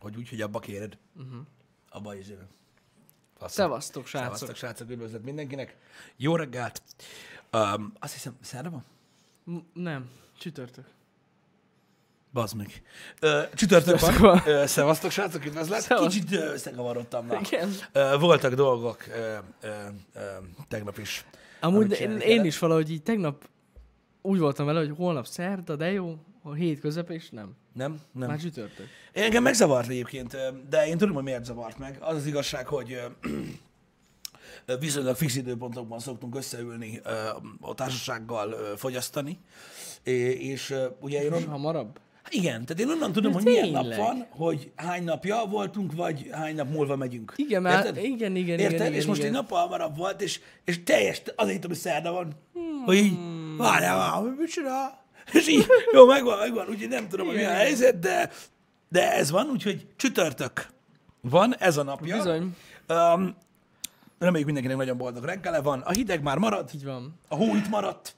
hogy úgy, hogy abba kéred. Uh-huh. Abba is jövő. Szevasztok, Mhm. srácok. Szevasztok, srácok, üdvözlet mindenkinek. Jó reggelt. Um, azt hiszem, szerda van? M- nem, csütörtök. Bazd meg. Ö, csütörtök Szevasztok van. van. Ö, szevasztok, srácok, üdvözlet. Szevasz. Kicsit ö, összekavarodtam már. Igen. Ö, voltak dolgok ö, ö, ö, tegnap is. amit Amúgy én, csinálni én kellett. is valahogy így tegnap úgy voltam vele, hogy holnap szerda, de jó, a hét közep, és nem. Nem? Nem. Már csütörtök. Én engem megzavart egyébként, ö, de én tudom, hogy miért zavart meg. Az az igazság, hogy ö, ö, viszonylag fix időpontokban szoktunk összeülni, ö, a társasággal ö, fogyasztani, É, és ö, ugye én És on... hamarabb? Hát Igen, tehát én onnan tudom, De hogy milyen nap tényleg. van, hogy hány napja voltunk, vagy hány nap múlva megyünk. Igen, már- igen, igen, Érted? igen, és igen, most igen. egy nap hamarabb volt, és, és teljes, azért tudom, hogy szerda van, Hmm. hogy így, várjál, várjál, mit csinál? És így, jó, megvan, megvan, úgyhogy nem tudom, hogy mi a Igen, igen. helyzet, de, de ez van, úgyhogy csütörtök van, ez a napja. Bizony. Um, reméljük mindenkinek nagyon boldog reggele van. A hideg már marad, Így van. a hó itt maradt,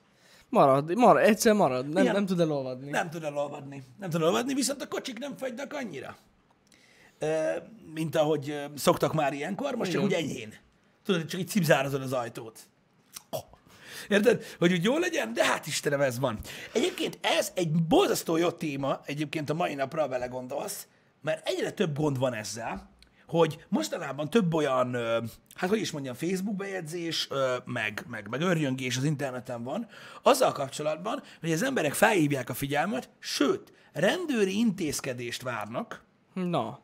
Marad, marad, egyszer marad, nem, Igen. nem tud elolvadni. nem tud elolvadni. Nem tud elolvadni, viszont a kocsik nem fagynak annyira. Ö, mint ahogy ö, szoktak már ilyenkor, most csak úgy Igen. enyhén. Tudod, csak így cipzárazod az ajtót. Oh. Érted? Hogy úgy jó legyen, de hát Istenem, ez van. Egyébként ez egy borzasztó jó téma, egyébként a mai napra ha belegondolsz, mert egyre több gond van ezzel, hogy mostanában több olyan, ö, hát hogy is mondjam, Facebook bejegyzés, ö, meg, meg, meg örjöngés az interneten van, azzal kapcsolatban, hogy az emberek felhívják a figyelmet, sőt, rendőri intézkedést várnak, Na.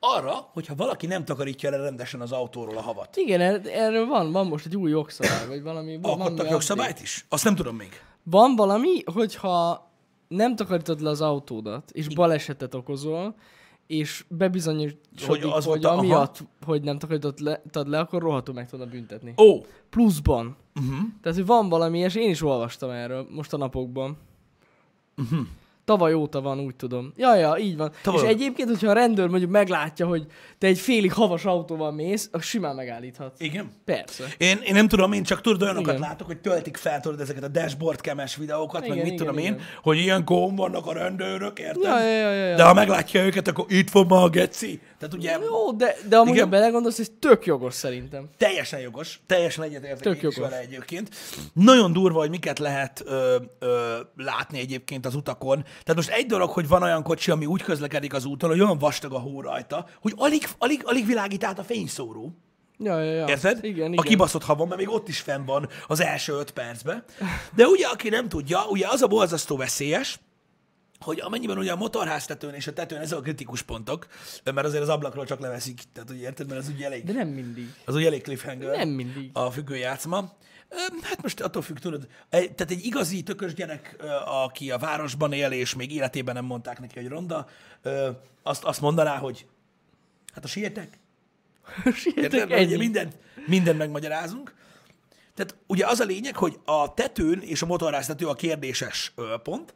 arra, hogyha valaki nem takarítja le rendesen az autóról a havat. Igen, er- erről van, van most egy új jogszabály, vagy valami. van valami Alkottak update. jogszabályt is? Azt nem tudom még. Van valami, hogyha nem takarítod le az autódat, és balesetet okozol, és bebizonyosodik, Hogy hogy, az az volt hogy a- aha. amiatt, hogy nem takarítod le, tad le, akkor rohadtul meg tudod büntetni. Ó, Mhm. oh, Pluszban. Uh-huh. Tehát, hogy van valami, és én is olvastam erről most a napokban. Uh-huh. Tavaly óta van, úgy tudom. Ja, ja, így van. Mhm. Tavaly Tavaly. És óta. egyébként, hogyha a rendőr mondjuk meglátja, hogy te egy félig havas autóval mész, akkor simán megállíthat. igen. Persze. Én, én nem tudom, én csak tudod, olyanokat Igen. látok, hogy töltik fel tudod ezeket a dashboard kemes videókat, igen, meg Igen, mit igen, tudom én, igen. hogy ilyen góm vannak a rendőrök, érted? Ja, ja, ja, ja, ja. De ha meglátja őket, akkor itt van ma a geci. Tehát ugye Jó, de, de amúgy, Igen. ha belegondolsz, ez tök jogos szerintem. teljesen jogos, teljesen egyetértek Tök én is jogos. vele egyébként. Nagyon durva, hogy miket lehet ö, ö, látni egyébként az utakon. Tehát most egy dolog, hogy van olyan kocsi, ami úgy közlekedik az úton, hogy olyan vastag a hó rajta, hogy alig, alig, alig világít át a fényszóró. Ja, ja, ja. Érted? Ah, Igen, igen. a kibaszott havon, mert még ott is fenn van az első öt percben. De ugye, aki nem tudja, ugye az a borzasztó veszélyes, hogy amennyiben ugye a motorháztetőn és a tetőn ezek a kritikus pontok, mert azért az ablakról csak leveszik, tehát ugye érted, mert az ugye elég, De nem mindig. az ugye elég cliffhanger. Nem mindig. A függőjátszma. Öm, Hát most attól függ, tudod, egy- tehát egy igazi tökös gyerek, ö, aki a városban él, és még életében nem mondták neki, hogy ronda, ö, azt, azt mondaná, hogy hát a sietek, Sietek Érted? Mert Ugye ennyi. mindent, mindent megmagyarázunk. Tehát ugye az a lényeg, hogy a tetőn és a motorháztető a kérdéses ö, pont,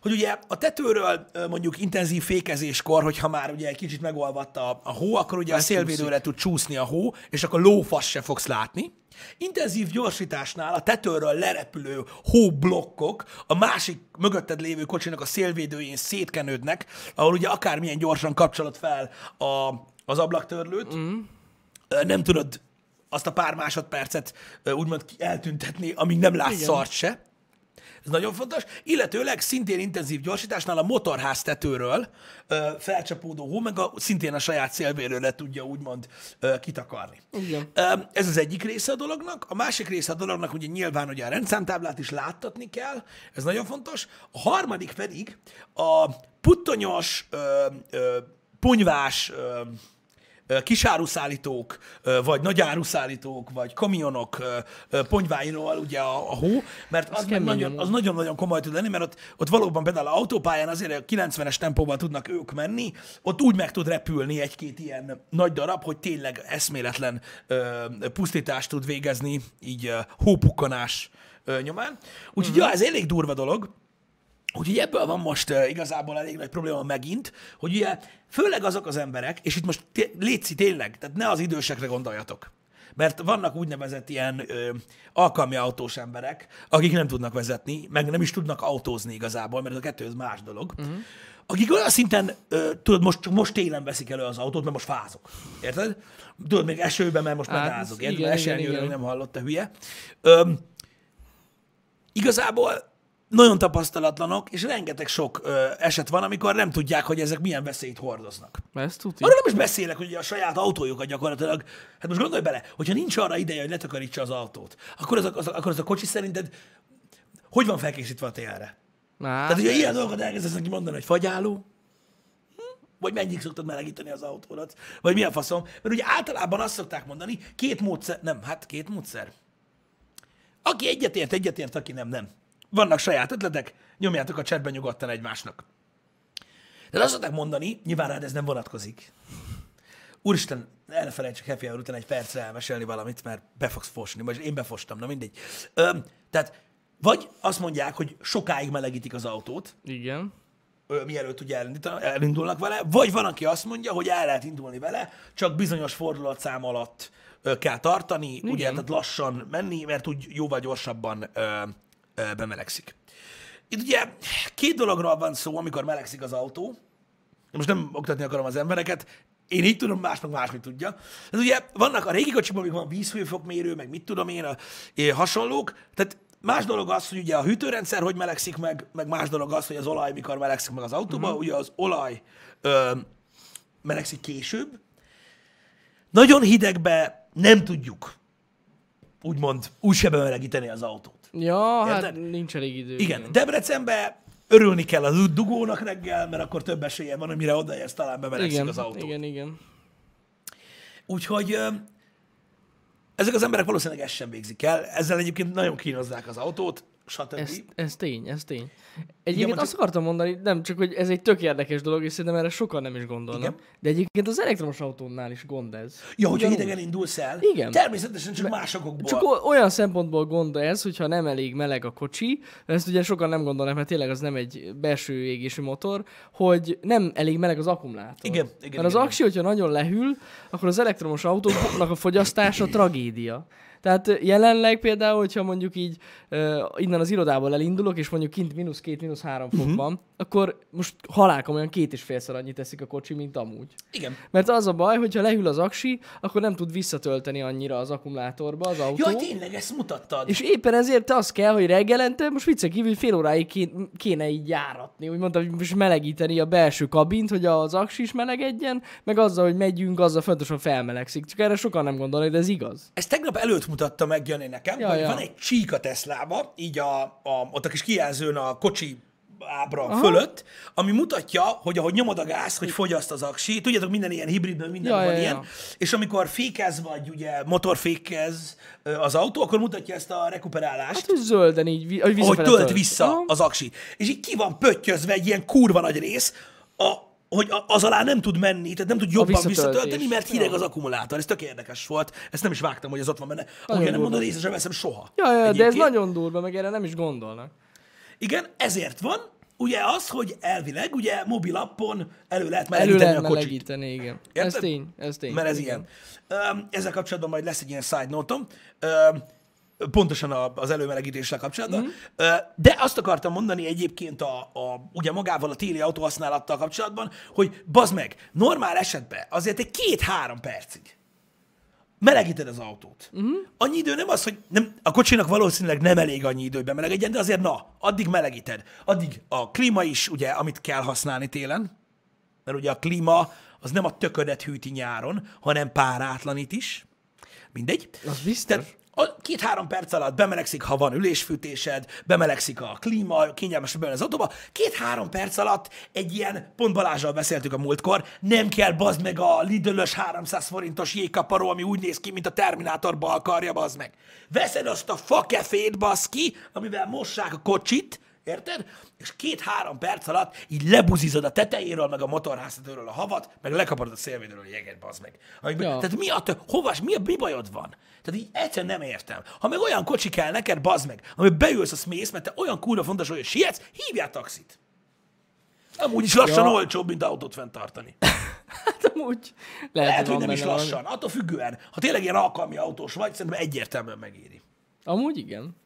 hogy ugye a tetőről ö, mondjuk intenzív fékezéskor, hogyha már ugye egy kicsit megolvatta a, a hó, akkor ugye a szélvédőre tud csúszni a hó, és akkor lófasz se fogsz látni. Intenzív gyorsításnál a tetőről lerepülő hóblokkok a másik mögötted lévő kocsinak a szélvédőjén szétkenődnek, ahol ugye akármilyen gyorsan kapcsolod fel a, az ablaktörlőt, ö, nem tudod azt a pár másodpercet ö, úgymond ki- eltüntetni, amíg nem látsz Igen. szart se. Ez nagyon fontos. Illetőleg szintén intenzív gyorsításnál a motorháztetőről ö, felcsapódó hó, meg a, szintén a saját szélvéről tudja úgymond ö, kitakarni. Igen. Ö, Ez az egyik része a dolognak. A másik része a dolognak ugye nyilván ugye a rendszámtáblát is láttatni kell, ez nagyon fontos. A harmadik pedig a puttonyos, ö, ö, ponyvás ö, ö, kisáruszállítók, ö, vagy nagyáruszállítók, vagy kamionok ö, ö, ponyváiról ugye a, a hó, mert az, meg kemény nagyon, amúgy. az nagyon-nagyon komoly tud lenni, mert ott, ott valóban például autópályán azért a 90-es tempóban tudnak ők menni, ott úgy meg tud repülni egy-két ilyen nagy darab, hogy tényleg eszméletlen ö, pusztítást tud végezni, így ö, hópukkanás ö, nyomán. Úgyhogy ja, ez elég durva dolog, Úgyhogy ebből van most uh, igazából elég nagy probléma megint, hogy ugye főleg azok az emberek, és itt most té- létszi tényleg, tehát ne az idősekre gondoljatok. Mert vannak úgynevezett ilyen ö, alkalmi autós Mhm. emberek, akik nem tudnak vezetni, meg nem is tudnak autózni igazából, mert ez a kettő az más dolog. Uh-huh. akik olyan szinten, ö, tudod, most, csak most télen veszik elő az autót, mert most fázok. Érted? Tudod, még esőben, mert most Hát, már rázok. Érted? igen, Mert igen, esernyőről igen. nem hallotta hülye. Öm, igazából nagyon tapasztalatlanok, és rengeteg sok ö, eset van, amikor nem tudják, hogy ezek milyen veszélyt hordoznak. Ezt tudja. Arról nem is beszélek, hogy ugye a saját autójukat gyakorlatilag, hát most gondolj bele, hogyha nincs arra ideje, hogy letakarítsa az autót, akkor az a, az a, akkor az a kocsi szerinted hogy van felkészítve a télre? Hát, Tehát, hogyha ilyen dolgokat elkezdesz neki mondani, hogy fagyáló, hm, vagy mennyit szoktad melegíteni az autódat, vagy mi a faszom. Mert ugye általában azt szokták mondani, két módszer, nem, hát két módszer. Aki egyetért, egyetért, aki nem, nem. Vannak saját ötletek, nyomjátok a csetben nyugodtan egymásnak. De azt szokták mondani, nyilván rád ez nem vonatkozik. Úristen, el ne felejtsük happy hour után egy percre elmesélni valamit, mert be fogsz fosni, vagy én befostam, na mindegy. Öm, tehát vagy azt mondják, hogy sokáig melegítik az autót, igen. ö, mielőtt ugye elindítanak- elindulnak vele, vagy van, aki azt mondja, hogy el lehet indulni vele, csak bizonyos fordulatszám alatt ö, kell tartani, Igen. ugye, tehát lassan menni, mert úgy jóval gyorsabban ö, ö, bemelegszik. Itt ugye két dologról van szó, amikor melegszik az autó. Én most nem oktatni akarom az embereket, én így tudom, más meg máshogy tudja. Ez ugye vannak a régi kocsikban, amik van vízhőfokmérő, meg mit tudom én, a, eh, hasonlók. Tehát más dolog az, hogy ugye a hűtőrendszer hogy melegszik meg, meg más dolog az, hogy az olaj mikor melegszik meg az autóban. Mm-hmm. Ugye az olaj ö, melegszik később. Nagyon hidegbe nem tudjuk, úgymond, úgy se bemelegíteni az autót. Ja, hát Érted? nincs elég idő. Igen, Debrecenbe örülni kell az dugónak reggel, mert akkor több esélye van, amire odaérsz, talán bemelegszik Igen, az autó. igen, igen. Úgyhogy ö, ezek az emberek valószínűleg ezt sem végzik el, ezzel egyébként nagyon kínozzák az autót, stb. Ez, Ezt... ez tény, ez tény. Egyébként mondjuk- azt akartam mondani, nem csak, hogy ez egy tök érdekes dolog, és szerintem erre sokan nem is gondolnak. Igen. De egyébként az elektromos autónál is gond ez. Ja, hogyha Ugyanúgy. hidegen indulsz el, Igen. természetesen csak másokból. Hát Csak o- olyan szempontból gond ez, hogyha nem elég meleg a kocsi, ezt ugye sokan nem gondolnak, mert tényleg az nem egy belső égésű motor, hogy nem elég meleg az akkumulátor. Igen, igen, Mert az igen, aksi, hogyha nagyon lehűl, akkor az elektromos autóknak a fogyasztása tragédia. Tehát jelenleg például, hogyha mondjuk így uh, innen az irodából elindulok, és mondjuk kint mínusz két, mínusz három fok Mhm. van, akkor most halálkomolyan két és félszer annyit teszik a kocsi, mint amúgy. Igen. Mert az a baj, hogyha lehűl az aksi, akkor nem tud visszatölteni annyira az akkumulátorba az autó. Jaj, tényleg, ezt mutattad. és éppen ezért az kell, hogy reggelente, most viccen kívül fél óráig ké- kéne így járatni, úgy mondtam, hogy most melegíteni a belső kabint, hogy az aksi is melegedjen, meg azzal, hogy megyünk, azzal fontosan felmelegszik. Csak erre sokan nem gondolnak, de ez igaz. Ezt tegnap előtt mutatta meg Jani nekem, Ja, ja, hogy ja. ja. van egy csík a Teslába, így a, a, ott a kis kijelzőn a kocsi ábra Aha. fölött, ami mutatja, hogy ahogy nyomod a gáz, hogy fogyaszt az aksi. Tudjátok, minden ilyen hibridben minden Ja, van ja, ja. ilyen. És amikor fékez vagy, ugye motorfékez ö, az autó, akkor mutatja ezt a rekuperálást Hát, hogy zölden így, vi- hogy hogy visszafele tölt vissza Aha. az aksi. És így ki van pöttyözve egy ilyen kurva nagy rész, a, hogy a- az alá nem tud menni, tehát nem tud jobban visszatöltés. visszatölteni, mert hideg Ja. az akkumulátor. Ez tök érdekes volt. Ezt nem is vágtam, hogy ez ott van benne. Nagyon Ahogy nem durva. mondod, észre sem veszem soha. Ja, ja, de ez Egyébként. nagyon durva, meg erre nem is gondolnak. Igen, ezért van. Ugye az, hogy elvileg, ugye mobil appon elő lehet Elő melegíteni lehet a kocsit. melegíteni, igen. Ez Érted? tény, ez tény. Mert ez igen. ilyen. Öm, Ezzel kapcsolatban majd lesz egy ilyen side note-om, öm, pontosan a- az előmelegítéssel kapcsolatban. Mhm. Ö, De azt akartam mondani egyébként a, a, ugye magával a téli autóhasználattal kapcsolatban, hogy bazd meg, normál esetben azért egy két-három percig melegíted az autót. Uh-huh. Mhm. Annyi idő nem az, hogy nem, a kocsinak valószínűleg nem elég annyi idő, hogy bemelegedjen, de azért na, addig melegíted. Addig a klíma is, ugye, amit kell használni télen, mert ugye a klíma az nem a töködet hűti nyáron, hanem párátlanít is. Mindegy. Az biztos. Tehát a két-három perc alatt bemelegszik, ha van ülésfűtésed, bemelegszik a klíma, kényelmes benne az autóba. Két-három perc alatt egy ilyen, pont Balázsral beszéltük a múltkor, nem kell bazd meg a Lidl-ös 300 forintos jégkaparó, ami úgy néz ki, mint a Terminátor bal karja, bazd meg. Veszed azt a fakefét, bazd ki, amivel mossák a kocsit, Érted? És két-három perc alatt így lebuzizod a tetejéről, meg a motorháztetőről a havat, meg lekapod a szélvédőről a jeget, bazd meg. Amikben, Ja. ja. Tehát mi a, tö- hova, mi a mi bajod van? Tehát így egyszerűen nem értem. Ha meg olyan kocsi kell neked, bazd meg, ami beülsz, azt mész, mert te olyan kurva fontos, hogy sietsz, hívjál taxit. Amúgy is lassan Ja. ja. olcsóbb, mint autót fenntartani. Hát amúgy lehet, Lehet, van hogy nem is benne valami. lassan. Attól függően, ha tényleg ilyen alkalmi autós vagy, szerintem egyértelműen megéri. Amúgy igen.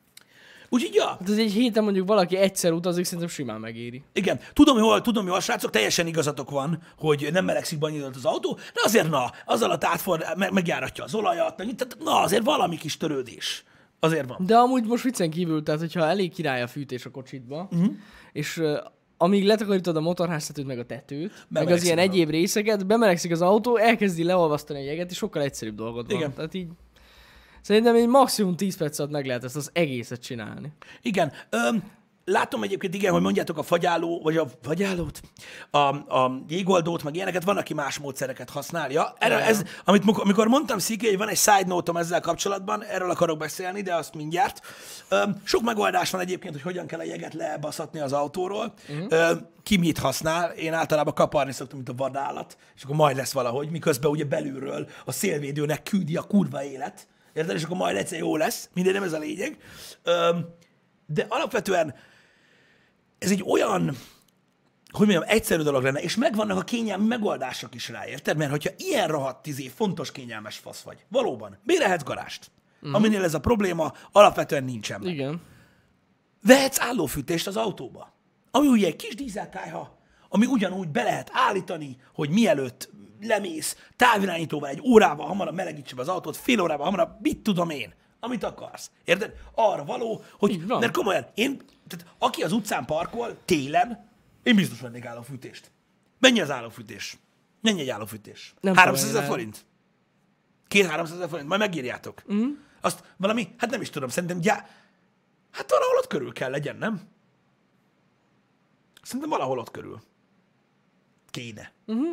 Úgyhogy, ja, Hát ez egy héten mondjuk valaki egyszer utazik, szerintem simán megéri. igen, tudom, hogy hol, tudom, hogy hol, srácok, teljesen igazatok van, hogy nem melegszik be annyira az autó, de azért na, az alatt átford, me- megjáratja az olajat, meg- tehát na, azért valami kis törődés. Azért van. De amúgy most viccen kívül, tehát hogyha elég király a fűtés a kocsitba, Mhm. uh-huh. és ö, amíg letakarítod a motorháztetőt, meg a tetőt, meg az Bemelegszik ilyen a- egyéb részeket, bemelegszik az autó, elkezdi leolvasztani a jeget, és sokkal egyszerűbb dolgod van. Igen. Tehát így Szerintem egy maximum 10 perc alatt meg lehet ezt az egészet csinálni. Igen. Öm, látom egyébként, igen, hogy mondjátok a fagyáló, vagy a fagyálót, a, a jégoldót, meg ilyeneket, van, aki más módszereket használja. Erre, ez, amit, muk- amikor mondtam Sziki, hogy van egy side note ezzel kapcsolatban, erről akarok beszélni, de azt mindjárt. Öm, sok megoldás van egyébként, hogy hogyan kell a jeget lebaszatni az autóról. Öm, ki mit használ. Én általában kaparni szoktam, mint a vadállat, és akkor majd lesz valahogy, miközben ugye belülről a szélvédőnek küldi a kurva élet. Érted? És akkor majd egyszer jó lesz. Mindegy, nem ez a lényeg. Öm, de alapvetően ez egy olyan, hogy mondjam, egyszerű dolog lenne, és megvannak a kényelmi megoldások is rá, érted? Mert hogyha ilyen rohadt tíz év, fontos kényelmes fasz vagy, valóban, bérehetsz garást, mm. aminél ez a probléma alapvetően nincsen. meg. Igen. Vehetsz állófűtést az autóba, ami ugye egy kis dízelkájha, ami ugyanúgy be lehet állítani, hogy mielőtt lemész távirányítóval egy órával hamarabb melegítse be az autót, fél órával hamarabb, mit tudom én, amit akarsz. Érted? Arra való, hogy... Így van. Mert komolyan, én, tehát aki az utcán parkol télen, én biztos vennék állófűtést. Mennyi az állófűtés? Mennyi egy állófűtés? Nem 300 ezer tudom én, forint? Két-300 ezer forint? Majd megírjátok. Mm. Azt valami, hát nem is tudom, szerintem gyá... Hát valahol ott körül kell legyen, nem? Szerintem valahol ott körül. Kéne. Uh-huh.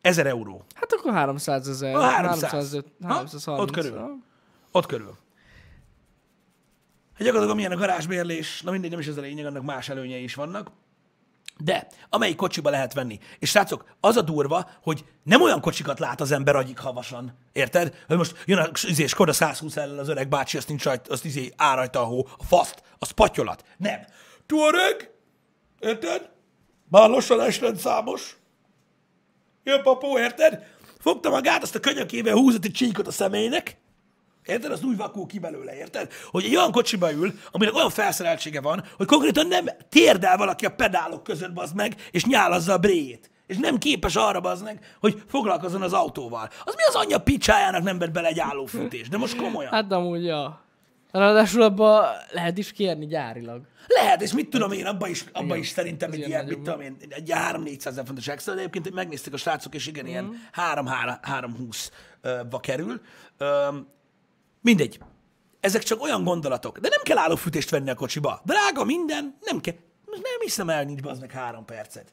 1000 euró. Hát akkor 300 ezer. A 300. 305, Ah, Ha? 330. Ott körül. Ah. Ott körül. Hát gyakorlatilag amilyen a garázsbérlés, na mindegy, nem is ez a lényeg, annak más előnyei is vannak. De amelyik kocsiba lehet venni. És srácok, az a durva, hogy nem olyan kocsikat lát az ember agyik havasan. Érted? Hogy most jön a izé, Skoda 120 ellen az öreg bácsi, azt nincs rajta, azt izé áll rajta a hó, a faszt, az patyolat. Nem. Tuareg, érted? Már lassan esrendszámos. Jön papó, érted? Fogta magát, azt a könyökével húzott egy csíkot a személynek, Érted? Az úgy vakul ki belőle, érted? Hogy egy olyan kocsiba ül, aminek olyan felszereltsége van, hogy konkrétan nem térdel valaki a pedálok között, bazd meg, és nyálazza a bréjét. És nem képes arra, bazd meg, hogy foglalkozzon az autóval. Az mi az anyja picsájának nem vett bele egy állófűtés? De most komolyan. Hát, Hát de amúgy, ja. Ráadásul abba lehet is kérni gyárilag. Lehet, és mit tudom én, abba is, abba is szerintem egy ilyen ilyen, mit nagyobb. tudom én, egy 3-400 ezer fontos extra, de egyébként megnézték a srácok, és igen, ilyen 3-3-20-ba kerül. Öm, Mindegy. Ezek csak olyan gondolatok. De nem kell állófűtést venni a kocsiba. Drága minden, nem kell. Most nem hiszem el, nincs az meg három percet.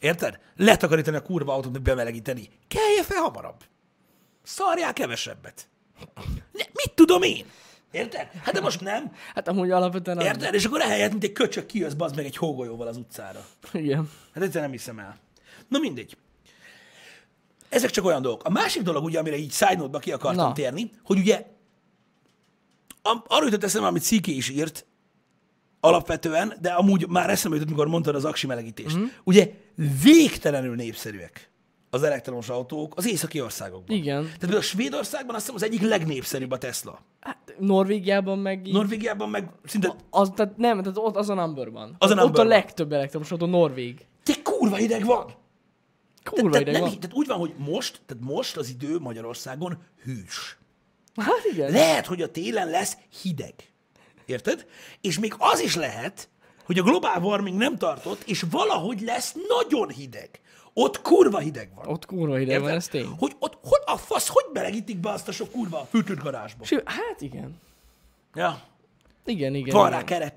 Érted? Letakarítani a kurva autót, meg bemelegíteni. Kelje fel hamarabb. Szarjál kevesebbet. Ne, mit tudom én? Érted? Hát de most nem. Hát amúgy alapvetően... annyi. Érted? És akkor ehelyett, mint egy köcsök kijössz, bazd meg egy hógolyóval az utcára. Igen. Hát egyszer nem hiszem el. Na mindegy. Ezek csak olyan dolgok. A másik dolog, ugye, amire így side note-ba ki akartam Na. Na. térni, hogy ugye am- arra jutott eszembe, amit Sziki is írt, alapvetően, de amúgy már eszembe jutott, mikor mondtad az aksi melegítést. Mm. Ugye végtelenül népszerűek az elektromos autók az északi országokban. Igen. Tehát például a Svédországban azt hiszem az egyik legnépszerűbb a Tesla. Hát Norvégiában meg így... Norvégiában meg szinte... az, tehát nem, tehát ott az a number van. Az a Ott number a one. legtöbb elektromos autó Norvég. Te kurva hideg van! Kurva tehát, ideg nem, van. hi- tehát úgy van, hogy most, tehát most az idő Magyarországon hűs. Hát igen. Lehet, hogy a télen lesz hideg. Érted? És még az is lehet, hogy a global warming nem tartott, és valahogy lesz nagyon hideg. Ott kurva hideg van. Ott kurva ideg van, Érted? ez tény. Hogy ott, hol a fasz, hogy belegítik be azt a sok kurva fűtött garázsba? Ső, hát igen. Ja. Igen, igen. Van igen. rá keret.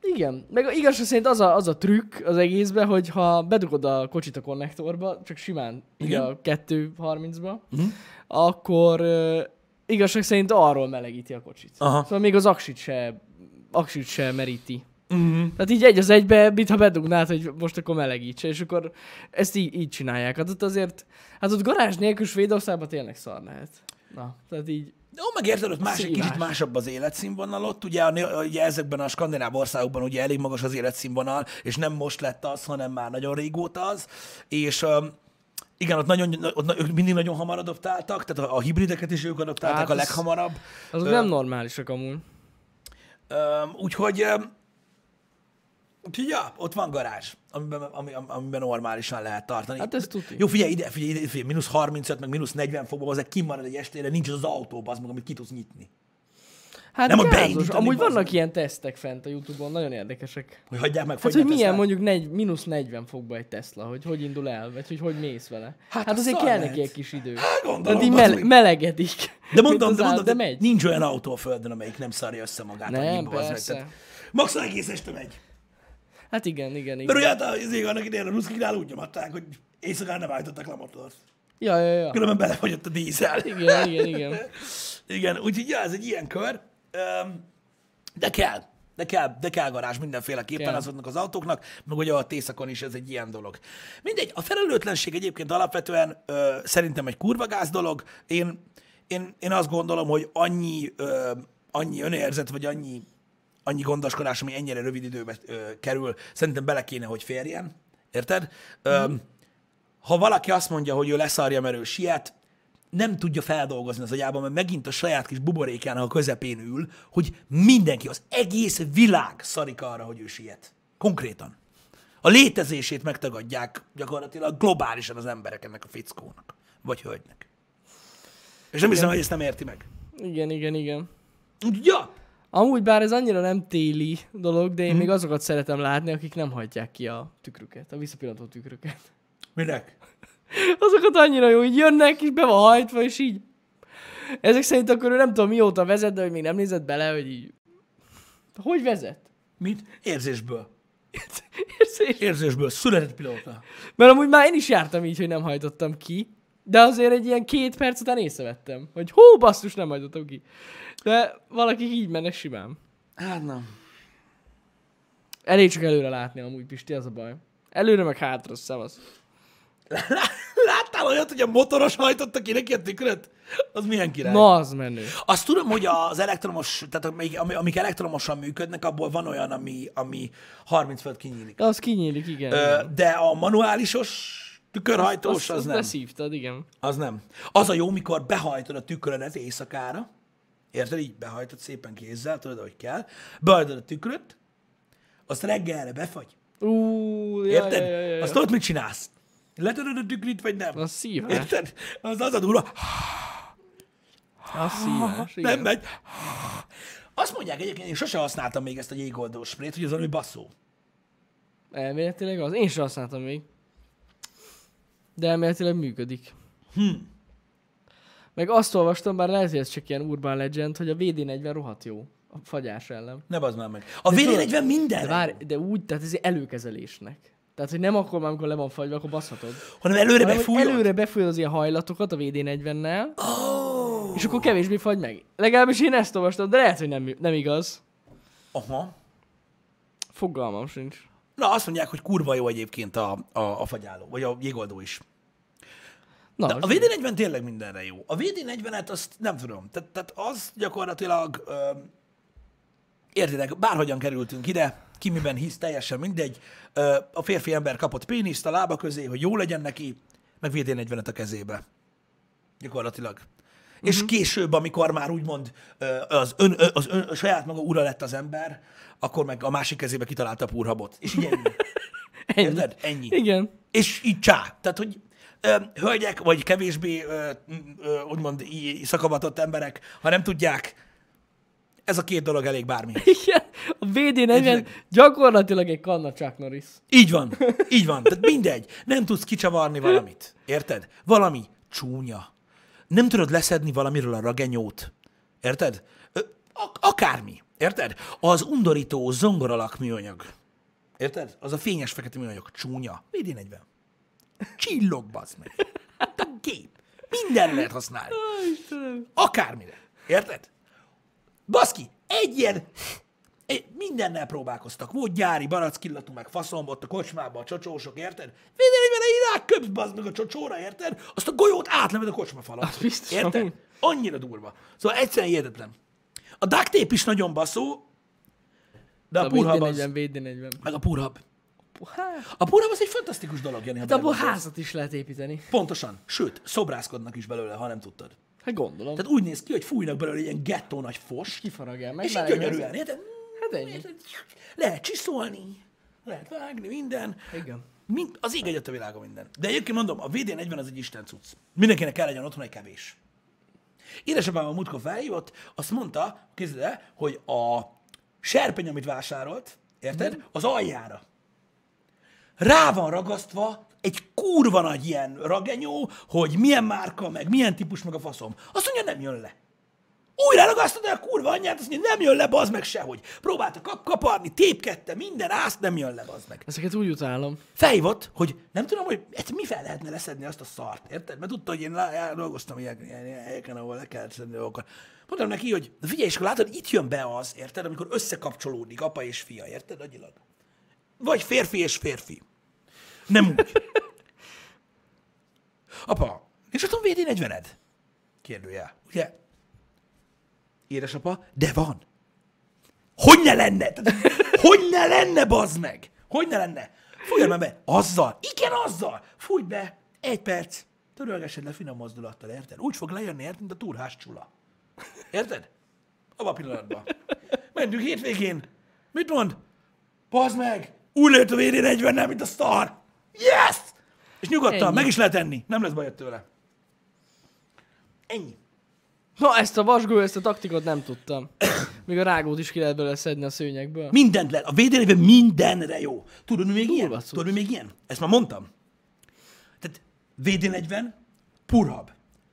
igen. Meg igazság szerint az a, az a trükk az egészben, hogy ha bedugod a kocsit a konnektorba, csak simán, igen. Igen. Mhm. a 230-ba, uh-huh. akkor uh, igazság szerint arról melegíti a kocsit. Aha. Szóval még az aksit se, aksit se meríti. Mhm. Uh-huh. Tehát így egy az egybe, mintha bedugnád, hogy most akkor melegítse, és akkor ezt így, így csinálják. Hát ott azért, hát ott garázs nélkül Svédországban tényleg szar lehet. Na, tehát így, Jó, meg érted, ott más, egy Szívás. kicsit másabb az életszínvonal ott. Ugye, a, né- ugye ezekben a skandináv országokban ugye elég magas az életszínvonal, és nem most lett az, hanem már nagyon régóta az. És öm, igen, ott, nagyon, ott na- ők mindig nagyon hamar adoptáltak, tehát a, a hibrideket is ők adoptáltak Hát a ez- leghamarabb. azok Ö, nem normálisak amúgy. Öm, Úgyhogy, öm, úgyhogy ja, ott van garázs, amiben, ami, ami- amiben normálisan lehet tartani. Hát ez tuti. Jó, figyelj ide, figyelj ide, figyelj, mínusz 35, meg mínusz 40 fokban, az kimarad egy estére, nincs az autó, az meg, amit ki tudsz nyitni. Hát Nem, hogy gázos. beindítani, Amúgy bazd vannak meg. ilyen tesztek fent a Youtube-on, nagyon érdekesek. Hogy hagyják meg Hát, hogy fagyni a milyen Teslát. mondjuk negy, mínusz 40 fokba egy Tesla, hogy hogy indul el, vagy hogy hogy mész vele. Hát, az hát azért szar kell lehet. neki egy kis idő. Hát gondolom, Tehát így bazd mele- meg. melegedik. De mint mondom, az de állat, mondom, de de megy. nincs olyan autó a földön, amelyik nem szarja össze magát Nem, annyiba, az meg. persze. Tehát Max egész este megy. Hát igen, igen, igen. Mert ugye hát az ég annak idején a ruszkiknál úgy nyomatták, hogy éjszakán nem állították le a motort. Ja, ja, ja. Különben belefagyott a dízel. Igen, igen, igen. Igen, úgyhogy ja, ez egy ilyen kör. Öm, De kell. De kell, de kell garázs mindenféleképpen Kell. azoknak az autóknak, meg ugye a tészakon is ez egy ilyen dolog. Mindegy, a felelőtlenség egyébként alapvetően ö, szerintem egy kurva gáz dolog. Én, én, én azt gondolom, hogy annyi, ö, annyi önérzet, vagy annyi, annyi gondoskodás, ami ennyire rövid időbe ö, kerül, szerintem bele kéne, hogy férjen. Érted? Ö, ha valaki azt mondja, hogy ő leszarja, mert ő siet, nem tudja feldolgozni az agyában, mert megint a saját kis buborékának a közepén ül, hogy mindenki, az egész világ szarik arra, hogy ő siet. Konkrétan. A létezését megtagadják gyakorlatilag globálisan az emberek ennek a fickónak, vagy hölgynek. És nem hiszem, hogy ezt nem érti meg. Igen, igen, igen. Úgyhogy, Ja, Amúgy bár ez annyira nem téli dolog, Mhm. de én még azokat szeretem látni, akik nem hagyják ki a tükrüket, a visszapillantó tükröket. minek? Azokat annyira jó, így jönnek, és be van hajtva, és így... Ezek szerint akkor ő nem tudom mióta vezet, de hogy még nem nézett bele, hogy így... Hogy vezet? Mit? Érzésből. Érzés? Érzésből. Született pilóta. Mert amúgy már én is jártam így, hogy nem hajtottam ki. De azért egy ilyen két perc után észrevettem, hogy hú, basszus, nem hajtottam ki. De valaki így mennek simán. Hát nem. Elég csak előre látni amúgy, Pisti, az a baj. Előre meg hátra, szevasz. Láttál olyat, hogy a motoros hajtotta ki neki a tükröt? Az milyen király? Na, az menő. Azt tudom, hogy az elektromos, tehát amik, ami- amik elektromosan működnek, abból van olyan, ami, ami 30 föld kinyílik. De az kinyílik, igen. Ö, De a manuálisos tükörhajtós, az nem. Beszívtad, igen. Az nem. Az a jó, mikor behajtod a tükrödet éjszakára, érted? Így behajtod szépen kézzel, tudod, hogy kell. Behajtod a tükröt, azt reggelre befagy. Ú, ja, Érted? Ja, ja, ja, ja. Azt tudod, mit csinálsz? Letöröd a tükrét, vagy nem? Az szívás. Érted? Az az a durva. Az szívás, igen. Nem megy. Azt mondják egyébként, én sose használtam még ezt a jégoldó sprét, hogy az valami baszó. Elméletileg az. Én sem használtam még. De elméletileg működik. Hm. Meg azt olvastam, bár lehet, hogy ez csak ilyen urban legend, hogy a VD40 rohadt jó a fagyás ellen. Ne bazd már meg. A VD40 minden, De, vár, de úgy, tehát ez előkezelésnek. Tehát, hogy nem akkor, már, amikor le van fagyva, akkor baszhatod. hanem előre Hanem, hogy befújod. előre befújod az ilyen hajlatokat a VD40-nel, oh. és akkor kevésbé fagy meg. Legalábbis én ezt olvastam, de lehet, hogy nem, nem igaz. Aha. Fogalmam sincs. Na, azt mondják, hogy kurva jó egyébként a, a, a fagyáló, vagy a jégoldó is. Na, De a VD40 tényleg mindenre jó. A VD40-et azt nem tudom. Tehát, tehát az gyakorlatilag, ö, értitek, bárhogyan kerültünk ide, ki miben hisz, teljesen mindegy. Ö, a férfi ember kapott péniszt a lába közé, hogy jó legyen neki, meg VD40-et a kezébe. Gyakorlatilag. És később, amikor már úgymond ö, az, ön, ö, az ön, a saját maga ura lett az ember, akkor meg a másik kezébe kitalálta a púrhabot. És így ennyi. ennyi. Érted? Ennyi. Igen. És így csá. Tehát, hogy ö, hölgyek, vagy kevésbé, ö, ö, úgymond, í- szakavatott emberek, ha nem tudják, ez a két dolog elég bármi. Igen, a VD40 gyakorlatilag egy kanna Chuck Norris. Így van, így van. Tehát mindegy. Nem tudsz kicsavarni valamit. Érted? Valami csúnya. Nem tudod leszedni valamiről a ragenyót. Érted? Ö, ak- akármi. Érted? Az undorító zongoralak műanyag. Érted? Az a fényes fekete műanyag csúnya. VD40. Csillog, bazd meg. Hát a gép. Mindenre lehet használni. Akármire. Érted? Baszki, egy ilyen... Egy, mindennel próbálkoztak. Volt gyári, barackillatú, meg faszom, ott a kocsmában a csocsósok, érted? Védelében egy rák köpsz bazd meg a csocsóra, érted? Azt a golyót átlemed a kocsma falat. Az biztos, Érted? amúgy. Annyira durva. Szóval egyszerűen hihetetlen. A duct tape is nagyon baszó, de a, A purhab az, VD40, VD40. meg a purhab. Hát, A purhab az egy fantasztikus dolog, Jani. ha de Hát abból belegondolsz. házat is lehet építeni. Pontosan. Sőt, szobrászkodnak is belőle, ha nem tudtad. Hát gondolom. Tehát úgy néz ki, hogy fújnak belőle ilyen gettó nagy fos. Kifaragja, meg És így vágja gyönyörűen, az- érted? Mm, Hát ennyi. Lehet csiszolni, lehet vágni, minden. Igen. Mind, az ég egyet a világon minden. De egyébként mondom, a VD40 az egy isten cucc. Mindenkinek kell legyen otthon egy kevés. Édesapám a múltkor felhívott, azt mondta, képzeld el, hogy a serpeny, amit vásárolt, Mhm. érted, az aljára. Rá van ragasztva egy kurva nagy ilyen ragenyó, hogy milyen márka, meg milyen típus, meg a faszom. Azt mondja, nem jön le. Újra ragasztod el a kurva anyját, azt mondja, nem jön le, bazd meg sehogy. Próbálta kap- kaparni, tépkedte, minden, azt nem jön le, bazd meg Ezeket úgy utálom. felhívott, hogy nem tudom, hogy ezt mi fel lehetne leszedni azt a szart, érted? Mert tudta, hogy én lá- já- dolgoztam ilyen, ilyen, ilyen helyeken, ahol le kell szedni dolgokat. Mondtam neki, hogy na figyelj, és akkor látod, itt jön be az, érted, amikor összekapcsolódik apa és fia, érted, agyilag. Vagy férfi és férfi. Nem úgy. Apa, és ott van VD40-ed? Kérdőjel. Ugye? Édesapa, de van. Hogy ne lenne? Tehát, Hogy ne lenne, bazd meg? Hogy ne lenne? Fújj már be. Azzal. Igen, azzal. Fújj be. Egy perc. Törölgessed le finom mozdulattal, érted? Úgy fog lejönni, érted, mint a turhás csula. Érted? Abba a pillanatban. Mentünk hétvégén. Mit mond? Bazd meg! Úgy lőtt a vd 40 mint a szar! Yes! És nyugodtan, Ennyi. meg is lehet enni. Nem lesz bajod tőle. Ennyi. Na, ezt a vasgő, ezt a taktikot nem tudtam. Még a rágót is ki lehet belőle szedni a szőnyegből. Mindent le. A védelében mindenre jó. Tudod, mi még ilyen? cucc. Tudod, mi még ilyen? Ezt már mondtam. Tehát VD40, Purhab,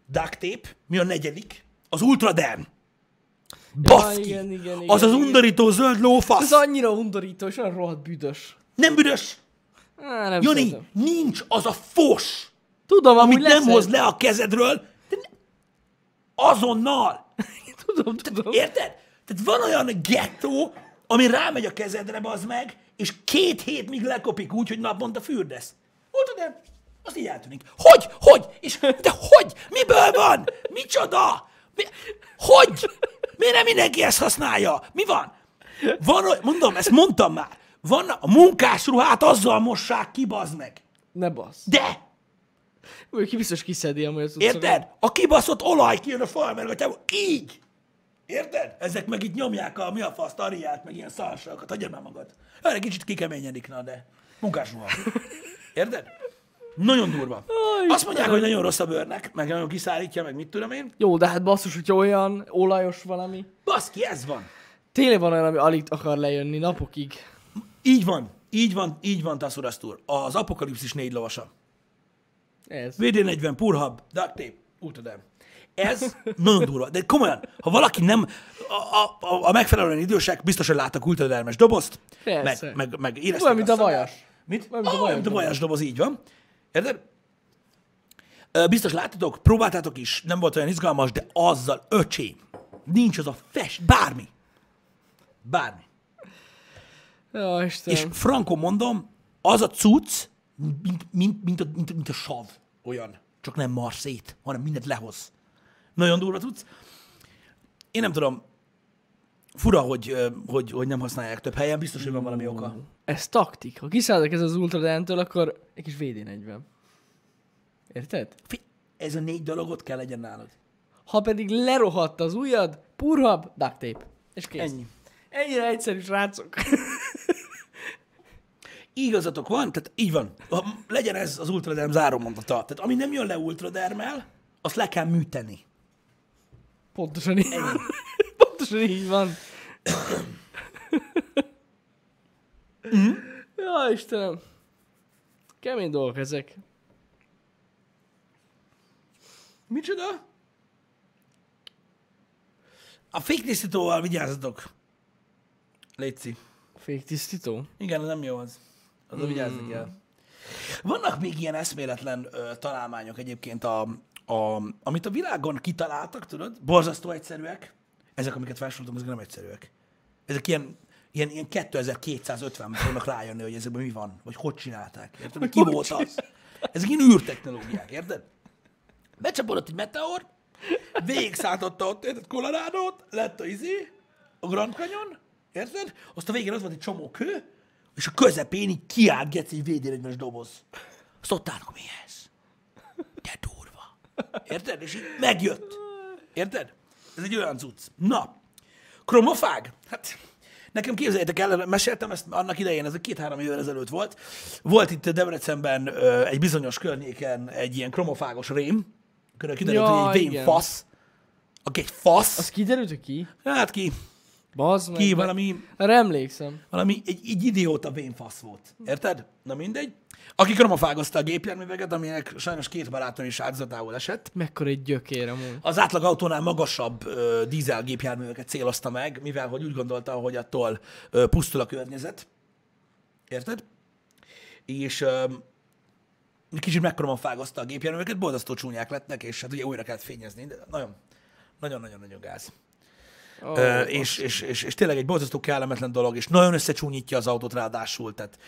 Duct Tape, mi a negyedik? Az Ultra Dern. Baszki! igen, igen, igen, az az igen. undorító zöld Ez lófasz. annyira undorító, és olyan rohadt büdös. Nem büdös. Á, nem Jani, szeretem. nincs az a fos, Tudom, amúgy amit nem leszed. hoz le a kezedről. De ne- Azonnal. Tudom, tudom. Érted? Tehát van olyan gettó, ami rámegy a kezedre, bazd meg, és két hét míg lekopik úgy, hogy naponta fürdesz. Ott de az így eltűnik. Hogy? Hogy? És de hogy? Miből van? Micsoda? Mi? Hogy? Miért nem mindenki ezt használja? Mi van? Van, oly- mondom, ezt mondtam már. Van a munkásruhát azzal mossák ki, bazd meg. Ne basz. De! Ő ki biztos kiszedi amúgy az Érted? A kibaszott olaj kijön a farmergatyából. Így! Érted? Ezek meg itt nyomják a mi a fasz tariát, meg ilyen szarságokat. Hagyjad már magad. Erre kicsit kikeményedik, na de. Munkás ruha. Érted? Nagyon durva. Azt mondják, hogy nagyon rossz a bőrnek, meg nagyon kiszállítja, meg mit tudom én. Jó, de hát basszus, hogyha olyan olajos valami. Baszki, ez van. Tényleg van olyan, ami alig akar lejönni napokig. Így van. Így van, így van, Tassurasztúr. Az apokalipszis négy lovasa. Ez. VD40, Purhab, Duct Tape, Ultradem. Ez nagyon durva. De komolyan, ha valaki nem, a, a, a megfelelően idősek biztos, hogy láttak ultradermes dobozt, Persze. meg, meg, meg érezték Olyan, mint azt a vajas. Mit? Olyan, mint a Ó, vajas mint a doboz. vajas doboz, így van. Érted? Ö, Biztos láttatok, próbáltátok is, nem volt olyan izgalmas, de azzal, öcsém, nincs az a fest, bármi. Bármi. Jó, És Istenem. frankon mondom, az a cucc, mint, mint, mint, a, mint, a- mint a sav olyan, csak nem mar szét, hanem mindent lehoz. Nagyon durva tudsz. Én nem tudom, fura, hogy, ö, hogy, hogy nem használják több helyen, biztos, hogy van valami oka. Ez taktik. Ha kiszálltak ez az Ultradentől, akkor egy kis VD40. Érted? Fi- Ez a négy dolog ott kell legyen nálad. Ha pedig lerohadt az ujjad, purhab, duct tape. És kész. Ennyi. Ennyire egyszerű, srácok. Igazatok van, tehát így van. Ha legyen ez az ultraderm záromondata. Tehát ami nem jön le ultradermel, azt le kell műteni. Pontosan így van. Pontosan így van. Mm? Ja, Istenem. Kemény dolgok ezek. Micsoda? A féktisztítóval vigyázzatok. Léci. Fék tisztító. Igen, nem jó az. Az vigyázni kell. Vannak még ilyen eszméletlen ö, találmányok egyébként, a, a, amit a világon kitaláltak, tudod? Borzasztó egyszerűek. Ezek, amiket felsoroltam, ezek nem egyszerűek. Ezek ilyen, ilyen, ilyen 2250 fognak rájönni, hogy ezekben mi van, vagy hogy csinálták. Érted? Vagy Ki Hogy volt az? Ezek ilyen űrtechnológiák, érted? Becsapódott egy meteor, végigszántotta ott, érted, colorado lett a izé, a Grand Canyon, érted? Azt a végén ott van egy csomó kő, és a közepén így kiállt geci egy védéregymes doboz. Azt ott állnak, mi ez? De durva. Érted? És így megjött. Érted? Ez egy olyan cucc. Na, kromofág? Hát Nekem képzeljétek el, meséltem ezt annak idején, ez a két-három évvel ezelőtt volt. Volt itt Debrecenben ö, egy bizonyos környéken egy ilyen kromofágos rém, körül kiderült, Ja, hogy egy vén igen. fasz, aki egy fasz, Az kiderült, hogy ki? hát ki, Bazd meg. ki valami, Arra emlékszem. valami egy, egy idióta vénfasz volt. Érted? Na mindegy. Aki kromofágozta a gépjárműveket, aminek sajnos két barátom is áldozatául esett. Mekkora egy gyökér amúgy. Az átlag autónál magasabb ö, dízel gépjárműveket célozta meg, mivel hogy úgy gondolta, hogy attól ö, pusztul a környezet. Érted? És ö, kicsit megkromofágozta a gépjárműveket, boldasztó csúnyák lettek, és hát ugye újra kellett fényezni, de nagyon, nagyon-nagyon-nagyon gáz. Ó, Ö, és, és, és, és tényleg egy borzasztó kellemetlen dolog, és nagyon összecsúnyítja az autót ráadásul, tehát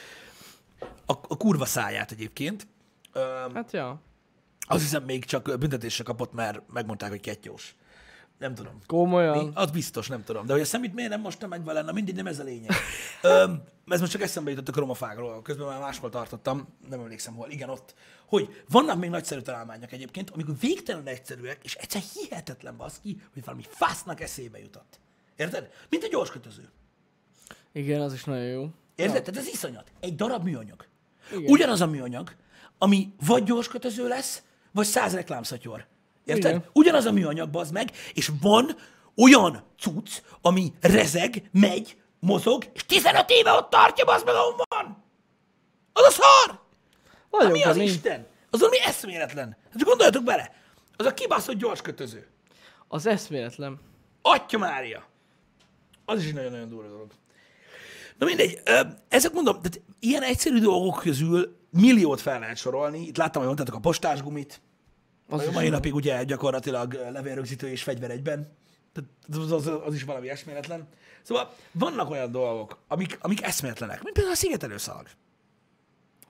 a, a kurva száját egyébként. Ö, Hát ja. azt hiszem még csak büntetésre kapott, mert megmondták, hogy kettyós. Nem tudom. Komolyan. Az biztos, nem tudom. De hogy a szemét miért nem most megy vele, na mindig nem ez a lényeg. Ö, ez most csak eszembe jutott a kromafágról, közben már máshol tartottam, nem emlékszem hol. Igen, ott. Hogy vannak még nagyszerű találmányok egyébként, amikor végtelenül egyszerűek, és egyszer hihetetlen baszki, hogy valami fásznak eszébe jutott. Érted? Mint a gyorskötöző. Igen, az is nagyon jó. Érted? Tehát ez iszonyat. Egy darab műanyag. Igen. Ugyanaz a műanyag, ami vagy gyors kötöző lesz, vagy száz reklámszatyor. Érted? Igen. Ugyanaz a műanyag, bazd meg, és van olyan cucc, ami rezeg, megy, mozog, és 15 éve ott tartja, bazd meg, ahol van! Az a szar! Hát Nagyon mi az kemény. Isten? Az valami eszméletlen. Hát csak gondoljatok bele, az a kibaszott gyors kötöző. Az eszméletlen. Atya Mária! Az is egy nagyon-nagyon durva dolog. Na mindegy, ö, ezek mondom, tehát ilyen egyszerű dolgok közül milliót fel lehet sorolni. Itt láttam, hogy mondtátok a postásgumit. Az A is mai jó. napig ugye gyakorlatilag ö, levélrögzítő és fegyver egyben. Tehát az, az, az is valami esméletlen. Szóval vannak olyan dolgok, amik, amik eszméletlenek, mint például a szigetelőszalag.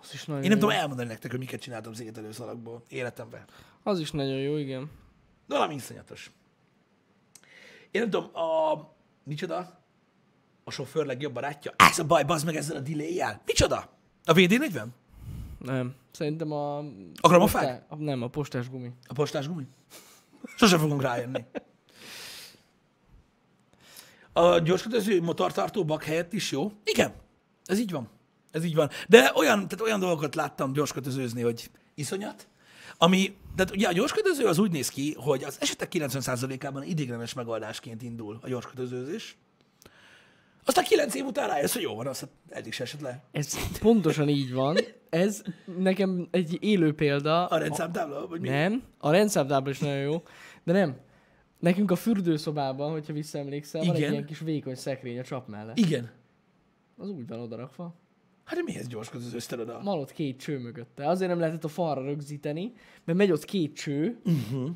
Az is nagyon Én nem jó. tudom elmondani nektek, hogy miket csináltam szigetelőszalagból életemben. Az is nagyon jó, igen. Valami iszonyatos. Én nem tudom, a... Micsoda? A sofőr legjobb barátja? Ez a baj, bazd meg ezzel a delay-jel. Micsoda? A VD40? Nem. Szerintem a... A gramofág? postá- a- Nem, a postás gumi. A postás gumi? Sose fogunk rájönni. A gyorskötöző motortartó bak helyett is jó? Igen, ez így van. Ez így van. De olyan, tehát olyan dolgokat láttam gyorskötözőzni, hogy iszonyat, ami, tehát ugye a gyorskötöző az úgy néz ki, hogy az esetek 90%-ában idéglenes megoldásként indul a gyorskötözőzés. Aztán 9 év után rájössz, hogy jó van, azt hát eddig se esett le Ez pontosan így van. Ez nekem egy élő példa. a rendszámtábla, vagy mi? Nem, a rendszámtábla is nagyon jó, de nem. Nekünk a fürdőszobában, hogyha visszaemlékszel, van Igen. egy ilyen kis vékony szekrény a csap mellett. Igen. Az úgy van odarakva. Hát de mihez gyorskötözőzted oda? Malott két cső mögötte. Azért nem lehetett a falra rögzíteni, mert megy ott két cső. Uh-huh.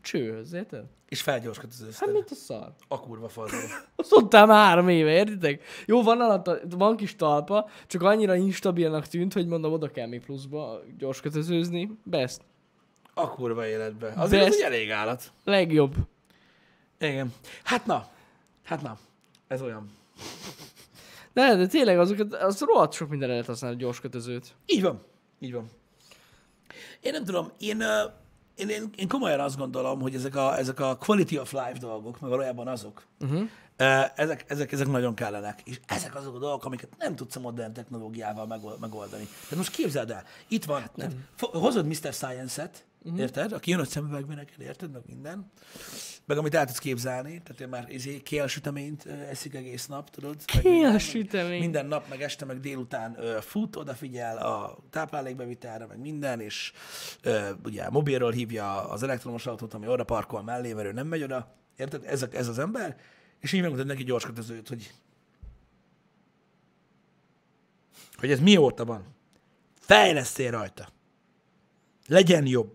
Csőhöz, érted? És felgyorskötözőzted. Hát mint a szar. A kurva fazon. Azt ott már három éve, értitek? Jó, van alatta, van kis talpa, csak annyira instabilnak tűnt, hogy mondom, oda kell még pluszba gyors kötözőzni. Best. A kurva életbe. Azért ez De ezt- egy elég állat. Legjobb. Igen. Hát na. Hát na. Ez olyan. De, de tényleg azokat, az rohadt sok mindenre lehet használni a gyors kötözőt. Így van. Így van. Én nem tudom, én, ö, én, én, én komolyan azt gondolom, hogy ezek a, ezek a quality of life dolgok, meg valójában azok, uh-huh. ezek, ezek, ezek nagyon kellenek. És ezek azok a dolgok, amiket nem tudsz a modern technológiával megol- megoldani. Tehát most képzeld el, itt van, tehát, fo- hozod Mr. Science-et, uh-huh. érted? Aki jön a szemüvegben neked, érted? Meg minden. Meg amit el tudsz képzelni, tehát én már izé, kélsüteményt ö, eszik egész nap, tudod? Meg minden, meg Kélsütemény. Minden nap, meg este, meg délután ö, fut, odafigyel a táplálékbevitelre, meg minden, és ö, ugye mobilról hívja az elektromos autót, ami oda parkol mellé, mert ő nem megy oda. Érted? Ez, a, ez az ember. És így megmutat neki gyors kötözőt, hogy, hogy ez mióta van. Fejlesztél rajta. Legyen jobb.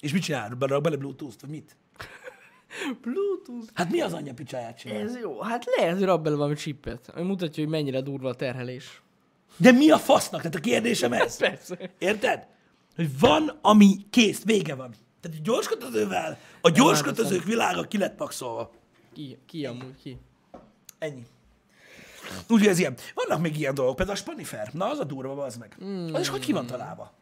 És mit csinál? Berak bele Bluetooth-t, vagy mit? Bluetooth. Hát mi az anyja picsáját csinál? Ez jó. Hát lehet, hogy rak bele valami chipet, ami mutatja, hogy mennyire durva a terhelés. De mi a fasznak? Tehát a kérdésem ez. Persze. Érted? Hogy van, ami kész, vége van. Tehát a gyorskötözővel a gyorskötözők világa ki lett pakszolva. Ki, ki amúgy, ki? Ennyi. Úgyhogy ez ilyen. Vannak még ilyen dolgok, például a Spanifer. Na, az a durva, az meg. Az is hogy ki van találva?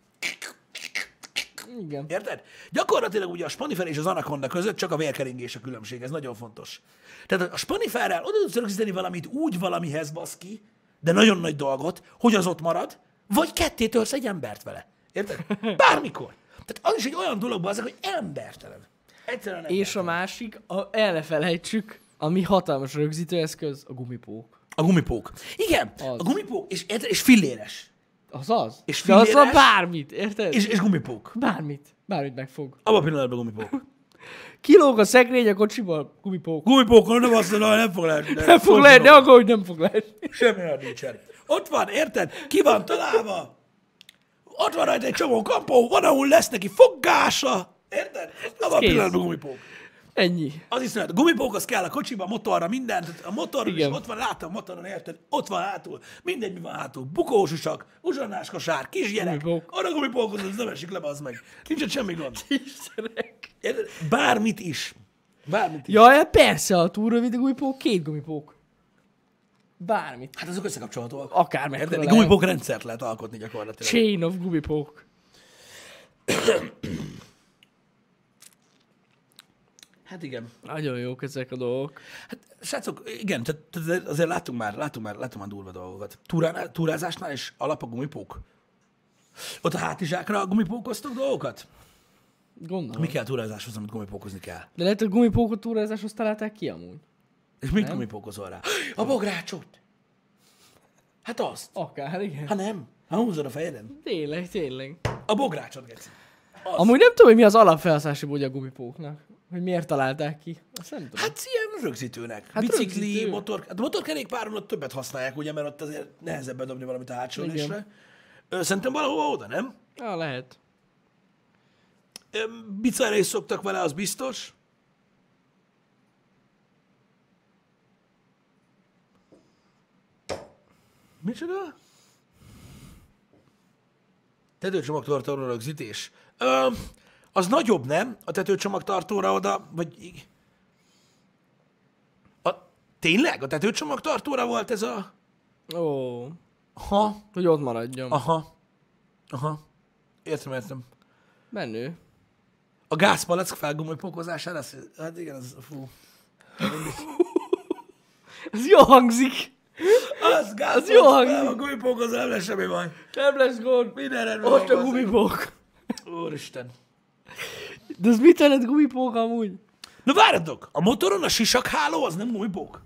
Igen. Érted? Gyakorlatilag ugye a Spanifer és az Anaconda között csak a vérkeringés a különbség, ez nagyon fontos. Tehát a Spaniferrel oda tudsz rögzíteni valamit úgy valamihez basz ki, de nagyon nagy dolgot, hogy az ott marad, vagy ketté törsz egy embert vele. Érted? Bármikor. Tehát az is egy olyan dolog, az, hogy embertelen. Egyszerűen embertelen. És a másik, a, el ne felejtsük, ami hatalmas rögzítőeszköz, a gumipók. A gumipók. Igen, Az. a gumipók, és, és filléres. Az az. És De azzal filléres? bármit, érted? És, és gumipók. Bármit. Bármit megfog. Abba a pillanatban gumipók. Kilóg a szekrény a kocsiból, gumipók. Gumipókon nem azt mondom, nem fog lehetni. Nem fog lenni, akkor, hogy nem fog lenni. Semmi olyan nincsen. Ott van, érted? Ki van találva? Ott van rajta egy csomó kampó, van, ahol lesz neki foggása. Érted? Abban a kész. pillanatban gumipók. Ennyi. Az is a gumipók az kell a kocsiba, a motorra, minden. Tehát A motor is Igen. ott van, látom a motoron, érted? Ott van hátul. Mindegy, mi van hátul. Bukós usak, uzsonnás kosár, kisgyerek. Gumipók. Arra gumipókhoz, az nem esik le, az meg. Nincs ott semmi gond. Istenek. Érted? Bármit is. Bármit is. Ja, hát persze, a túl rövid gumipók, két gumipók. Bármit. Hát azok összekapcsolhatóak. Akármekkora Érted? Egy lehet. gumipók rendszert lehet alkotni gyakorlatilag. Chain of gumipók. Hát igen. Nagyon jók ezek a dolgok. Hát, srácok, igen, tehát tehát azért látunk már, látunk már, látunk már durva dolgokat. Túrán, túrázásnál is alap a gumipók. Ott a hátizsákra a gumipókoztok dolgokat? Gondolom. Mi kell túrázáshoz, amit gumipókozni kell? De lehet, hogy gumipókot túrázáshoz találták ki amúgy. És mit gumipókozol rá? A bográcsot! Hát azt! Akár, igen. Ha nem, ha húzod a fejeden. Tényleg, tényleg. A bográcsot, Geci. Amúgy nem tudom, hogy mi az alapfelhasználási módja a gumipóknak. Hogy miért találták ki. Azt nem tudom. Hát ilyen rögzítőnek. Hát Hát Bicikli, rögzítő. motor, hát motorkerékpáron ott többet használják, ugye, mert ott azért nehezebb bedobni valamit a hátsó Igen. ülésre. Ö, Szerintem valahova oda, nem? Ja, lehet. Ö, Bicára is szoktak vele, az biztos. Micsoda? Tetőcsomagtartóra rögzítés. Ö, az nagyobb, nem? A tetőcsomagtartóra oda, vagy... í- A, tényleg? A tetőcsomagtartóra volt ez a... Ó, Ha, hogy ott maradjon. aha, aha. Értem, értem. Menő. A gázpalack felgumipókozására, az- hát igen, az fú. Ez jó hangzik. Az gázpalack jó hangzik. fel a gumipókozás, nem lesz semmi baj. Nem lesz gond. Minden rendben Ott a van, gumipók. az- Úristen. De ez mit jelent gumipók amúgy? Na várjatok, a motoron a sisakháló az nem gumipók?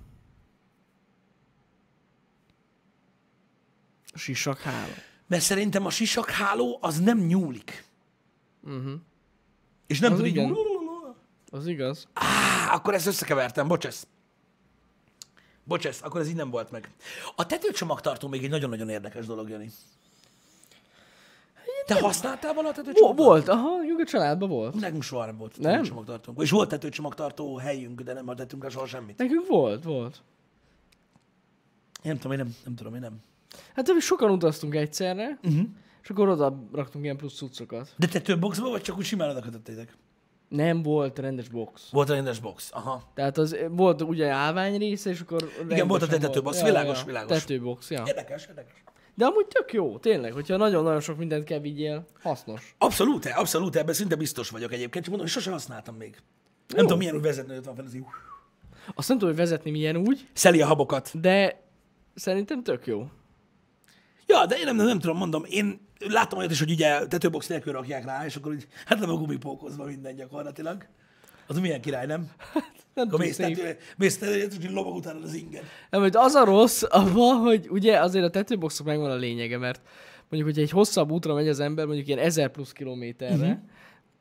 Sisak hála. Mert szerintem a sisakháló az nem nyúlik. Uh-huh. És nem Mhm. Az tud így... igen. Az igaz. Á, akkor ezt összekevertem, bocsász. Bocsász, akkor ez így nem volt meg. A tetőcsomagtartó még egy nagyon-nagyon érdekes dolog, Jani. Te használtál vala a Bo- tetőcsomagtartót? volt, aha, jó, a családban volt. Nekünk soha nem volt Nem? tetőcsomagtartónk. És volt tetőcsomagtartó helyünk, de nem adtunk rá soha semmit. Nekünk volt, volt. Én nem tudom, én nem, nem tudom, én nem. Hát mi sokan utaztunk egyszerre, uh-huh. és akkor oda raktunk ilyen plusz cuccokat. De te több boxba vagy csak úgy simán odakötöttétek? Nem volt rendes box. Volt a rendes box, aha. Tehát az volt ugye állvány része, és akkor... rendesen volt a tetőbox, világos, ja. világos. Tetőbox, ja. Érdekes, érdekes. De amúgy tök jó, tényleg, hogyha nagyon-nagyon sok mindent kell vigyél, hasznos. Abszolút, abszolút, ebben szinte biztos vagyok egyébként, csak mondom, hogy sose használtam még. Nem tudom, milyen úgy vezetni, ott van fel az így. Azt nem tudom, hogy vezetni milyen úgy, Szeli a habokat. de szerintem tök jó. Ja, de én nem, nem, nem tudom, mondom, én láttam olyat is, hogy ugye tetőbox nélkül rakják rá, és akkor így, hát nem a gumipókozva minden gyakorlatilag. Az milyen király, nem? Nem Akkor tudom, mész szép. tetőre, mész tetőre, és így lobog utána az inged. Nem, hogy az a rossz abban, hogy ugye azért a tetőboxok megvan a lényege, mert mondjuk, hogyha egy hosszabb útra megy az ember, mondjuk ilyen 1000 plusz kilométerre, uh-huh.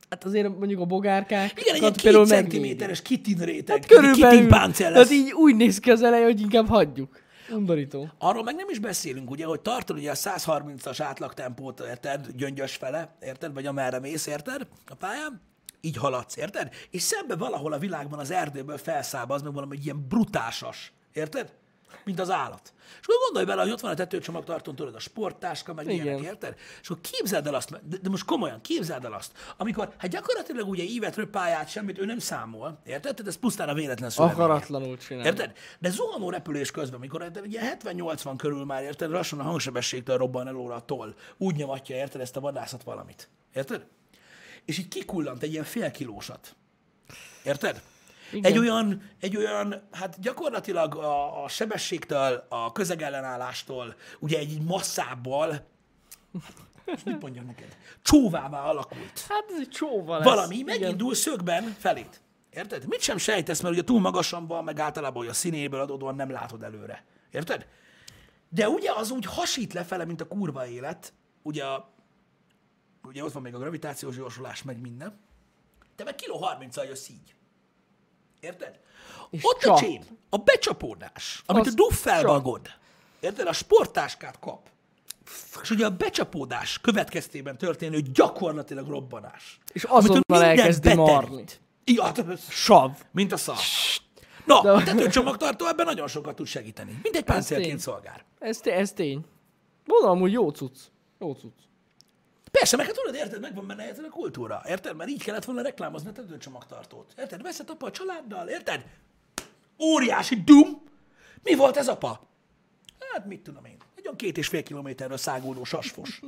hát azért mondjuk a bogárkák... Mhm. Igen, egy ilyen két centiméteres kitin réteg, hát kitin Körülbelül. páncél lesz. Tehát így úgy néz ki az eleje, hogy inkább hagyjuk. Undorító. Arról meg nem is beszélünk, ugye, hogy tartod ugye a 130-as átlagtempót, érted, gyöngyös fele, érted, vagy amerre mész, érted, a pályán, így haladsz, érted? És szembe valahol a világban az erdőből felszáll, az meg valami ilyen brutásas, érted? Mint az állat. És akkor gondolj bele, hogy ott van a tetőcsomagtartón, tudod, a sporttáska, meg Igen. ilyenek, érted? És akkor képzeld el azt, de, de most komolyan, képzeld el azt, amikor, hát gyakorlatilag ugye ívetről pályát semmit, ő nem számol, érted? Tehát ez pusztán a véletlen szöveg. Akaratlanul csinálni. Érted? De zuhanó repülés közben, amikor érted, ugye 70-80 körül már, érted, lassan a hangsebességtől robban el óra a toll. Úgy nyomatja, érted, ezt a vadászat valamit. Érted? és így kikullant egy ilyen fél kilósat. Érted? Igen. Egy olyan, egy olyan, hát gyakorlatilag a, a sebességtől, a közegellenállástól, ugye egy masszából, most mit mondjam neked, csóvává alakult. Hát ez egy csóval lesz. Valami megindul szögben felét. Érted? Mit sem sejtesz, mert ugye túl magasamban, meg általában hogy a színéből adódóan nem látod előre. Érted? De ugye az úgy hasít lefele, mint a kurva élet. Ugye, a- ugye ott van még a gravitációs gyorsulás, meg minden. Te meg kiló 30 jössz így. Érted? És Ott csap. a csém, a becsapódás, amit Az a duffelvagod, érted? A sportáskát kap. És ugye a becsapódás következtében történő gyakorlatilag robbanás. És amitől azonnal minden elkezdi beterít. marni. Ja, hát, Sav. mint a szar. Na, De- a tetőcsomagtartó ebben nagyon sokat tud segíteni. Mint egy tény. páncélként szolgál. Ez, té- ez tény. Gondolom, hogy jó cucc. Jó cucc. Persze, meg hát tudod, érted, megvan benne érted a kultúra, érted? Mert így kellett volna reklámozni a tetőcsomagtartót. Érted? Veszed apa a családdal, érted? Óriási dum! Mi volt ez apa? Hát mit tudom én. Egy olyan két és fél kilométerről száguldó sasfos.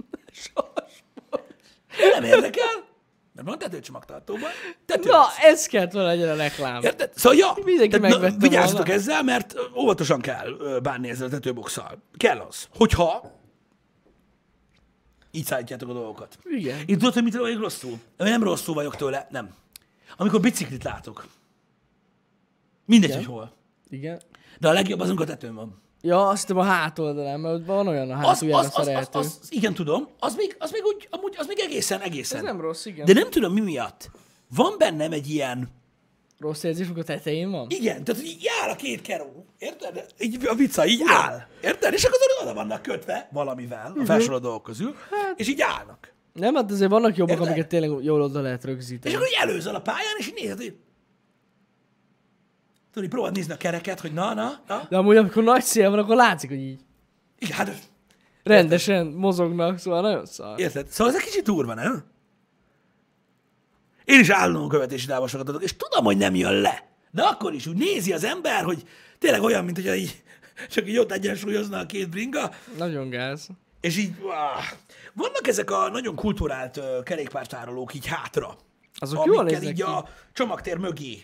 Nem érdekel? Mert van tetőcsomagtartóban. Tetős. Na, ez kellett volna legyen a reklám. Érted? Szóval, ja, Mindenki tehát megvette vigyázzatok volna. ezzel, mert ö, óvatosan kell ö, bánni ezzel a tetőboxsal. Kell az, hogyha így szállítjátok a dolgokat. Igen. Én tudod, hogy mitől vagyok rosszul? Én nem rosszul vagyok tőle, nem. Amikor biciklit látok. Mindegy, hogy hol. Igen. De a legjobb azunk a tetőn van. Ja, azt hiszem a hátoldalán, mert ott van olyan a Az, az, hátuljára az, az, az, Hát, szerelhető. az, igen, tudom. Az még, az még, úgy, amúgy, az még egészen, egészen. Ez nem rossz, igen. De De... nem tudom mi miatt. Van bennem egy ilyen, Rossz érzés, amikor tetején van? Igen, tehát hogy így áll a két keró, érted? Így a vica így áll, érted? És akkor tudod, oda vannak kötve valamivel a felsorolt dolgok közül, és így állnak. Nem, hát azért vannak jobbak, Érted? amiket tényleg jól oda lehet És rögzíteni. akkor így előzöl a pályán, és így nézed, hogy... Tudod, így próbáld nézni a kereket, hogy na, na, na. De amúgy, amikor nagy szél van, akkor látszik, hogy így Igen, hát, rendesen mozognak, szóval nagyon szar. érted? Szóval ez egy kicsit durva, nem? Én is állandó követési távolságot adok, és tudom, hogy nem jön le. De akkor is úgy nézi az ember, hogy tényleg olyan, mint hogy így, csak így ott egyensúlyozna a két bringa, Nagyon gáz. És így, áh. vannak ezek a nagyon kulturált ö, kerékpártárolók így hátra. Azok jól amikkel néznek így ki. a csomagtér mögé.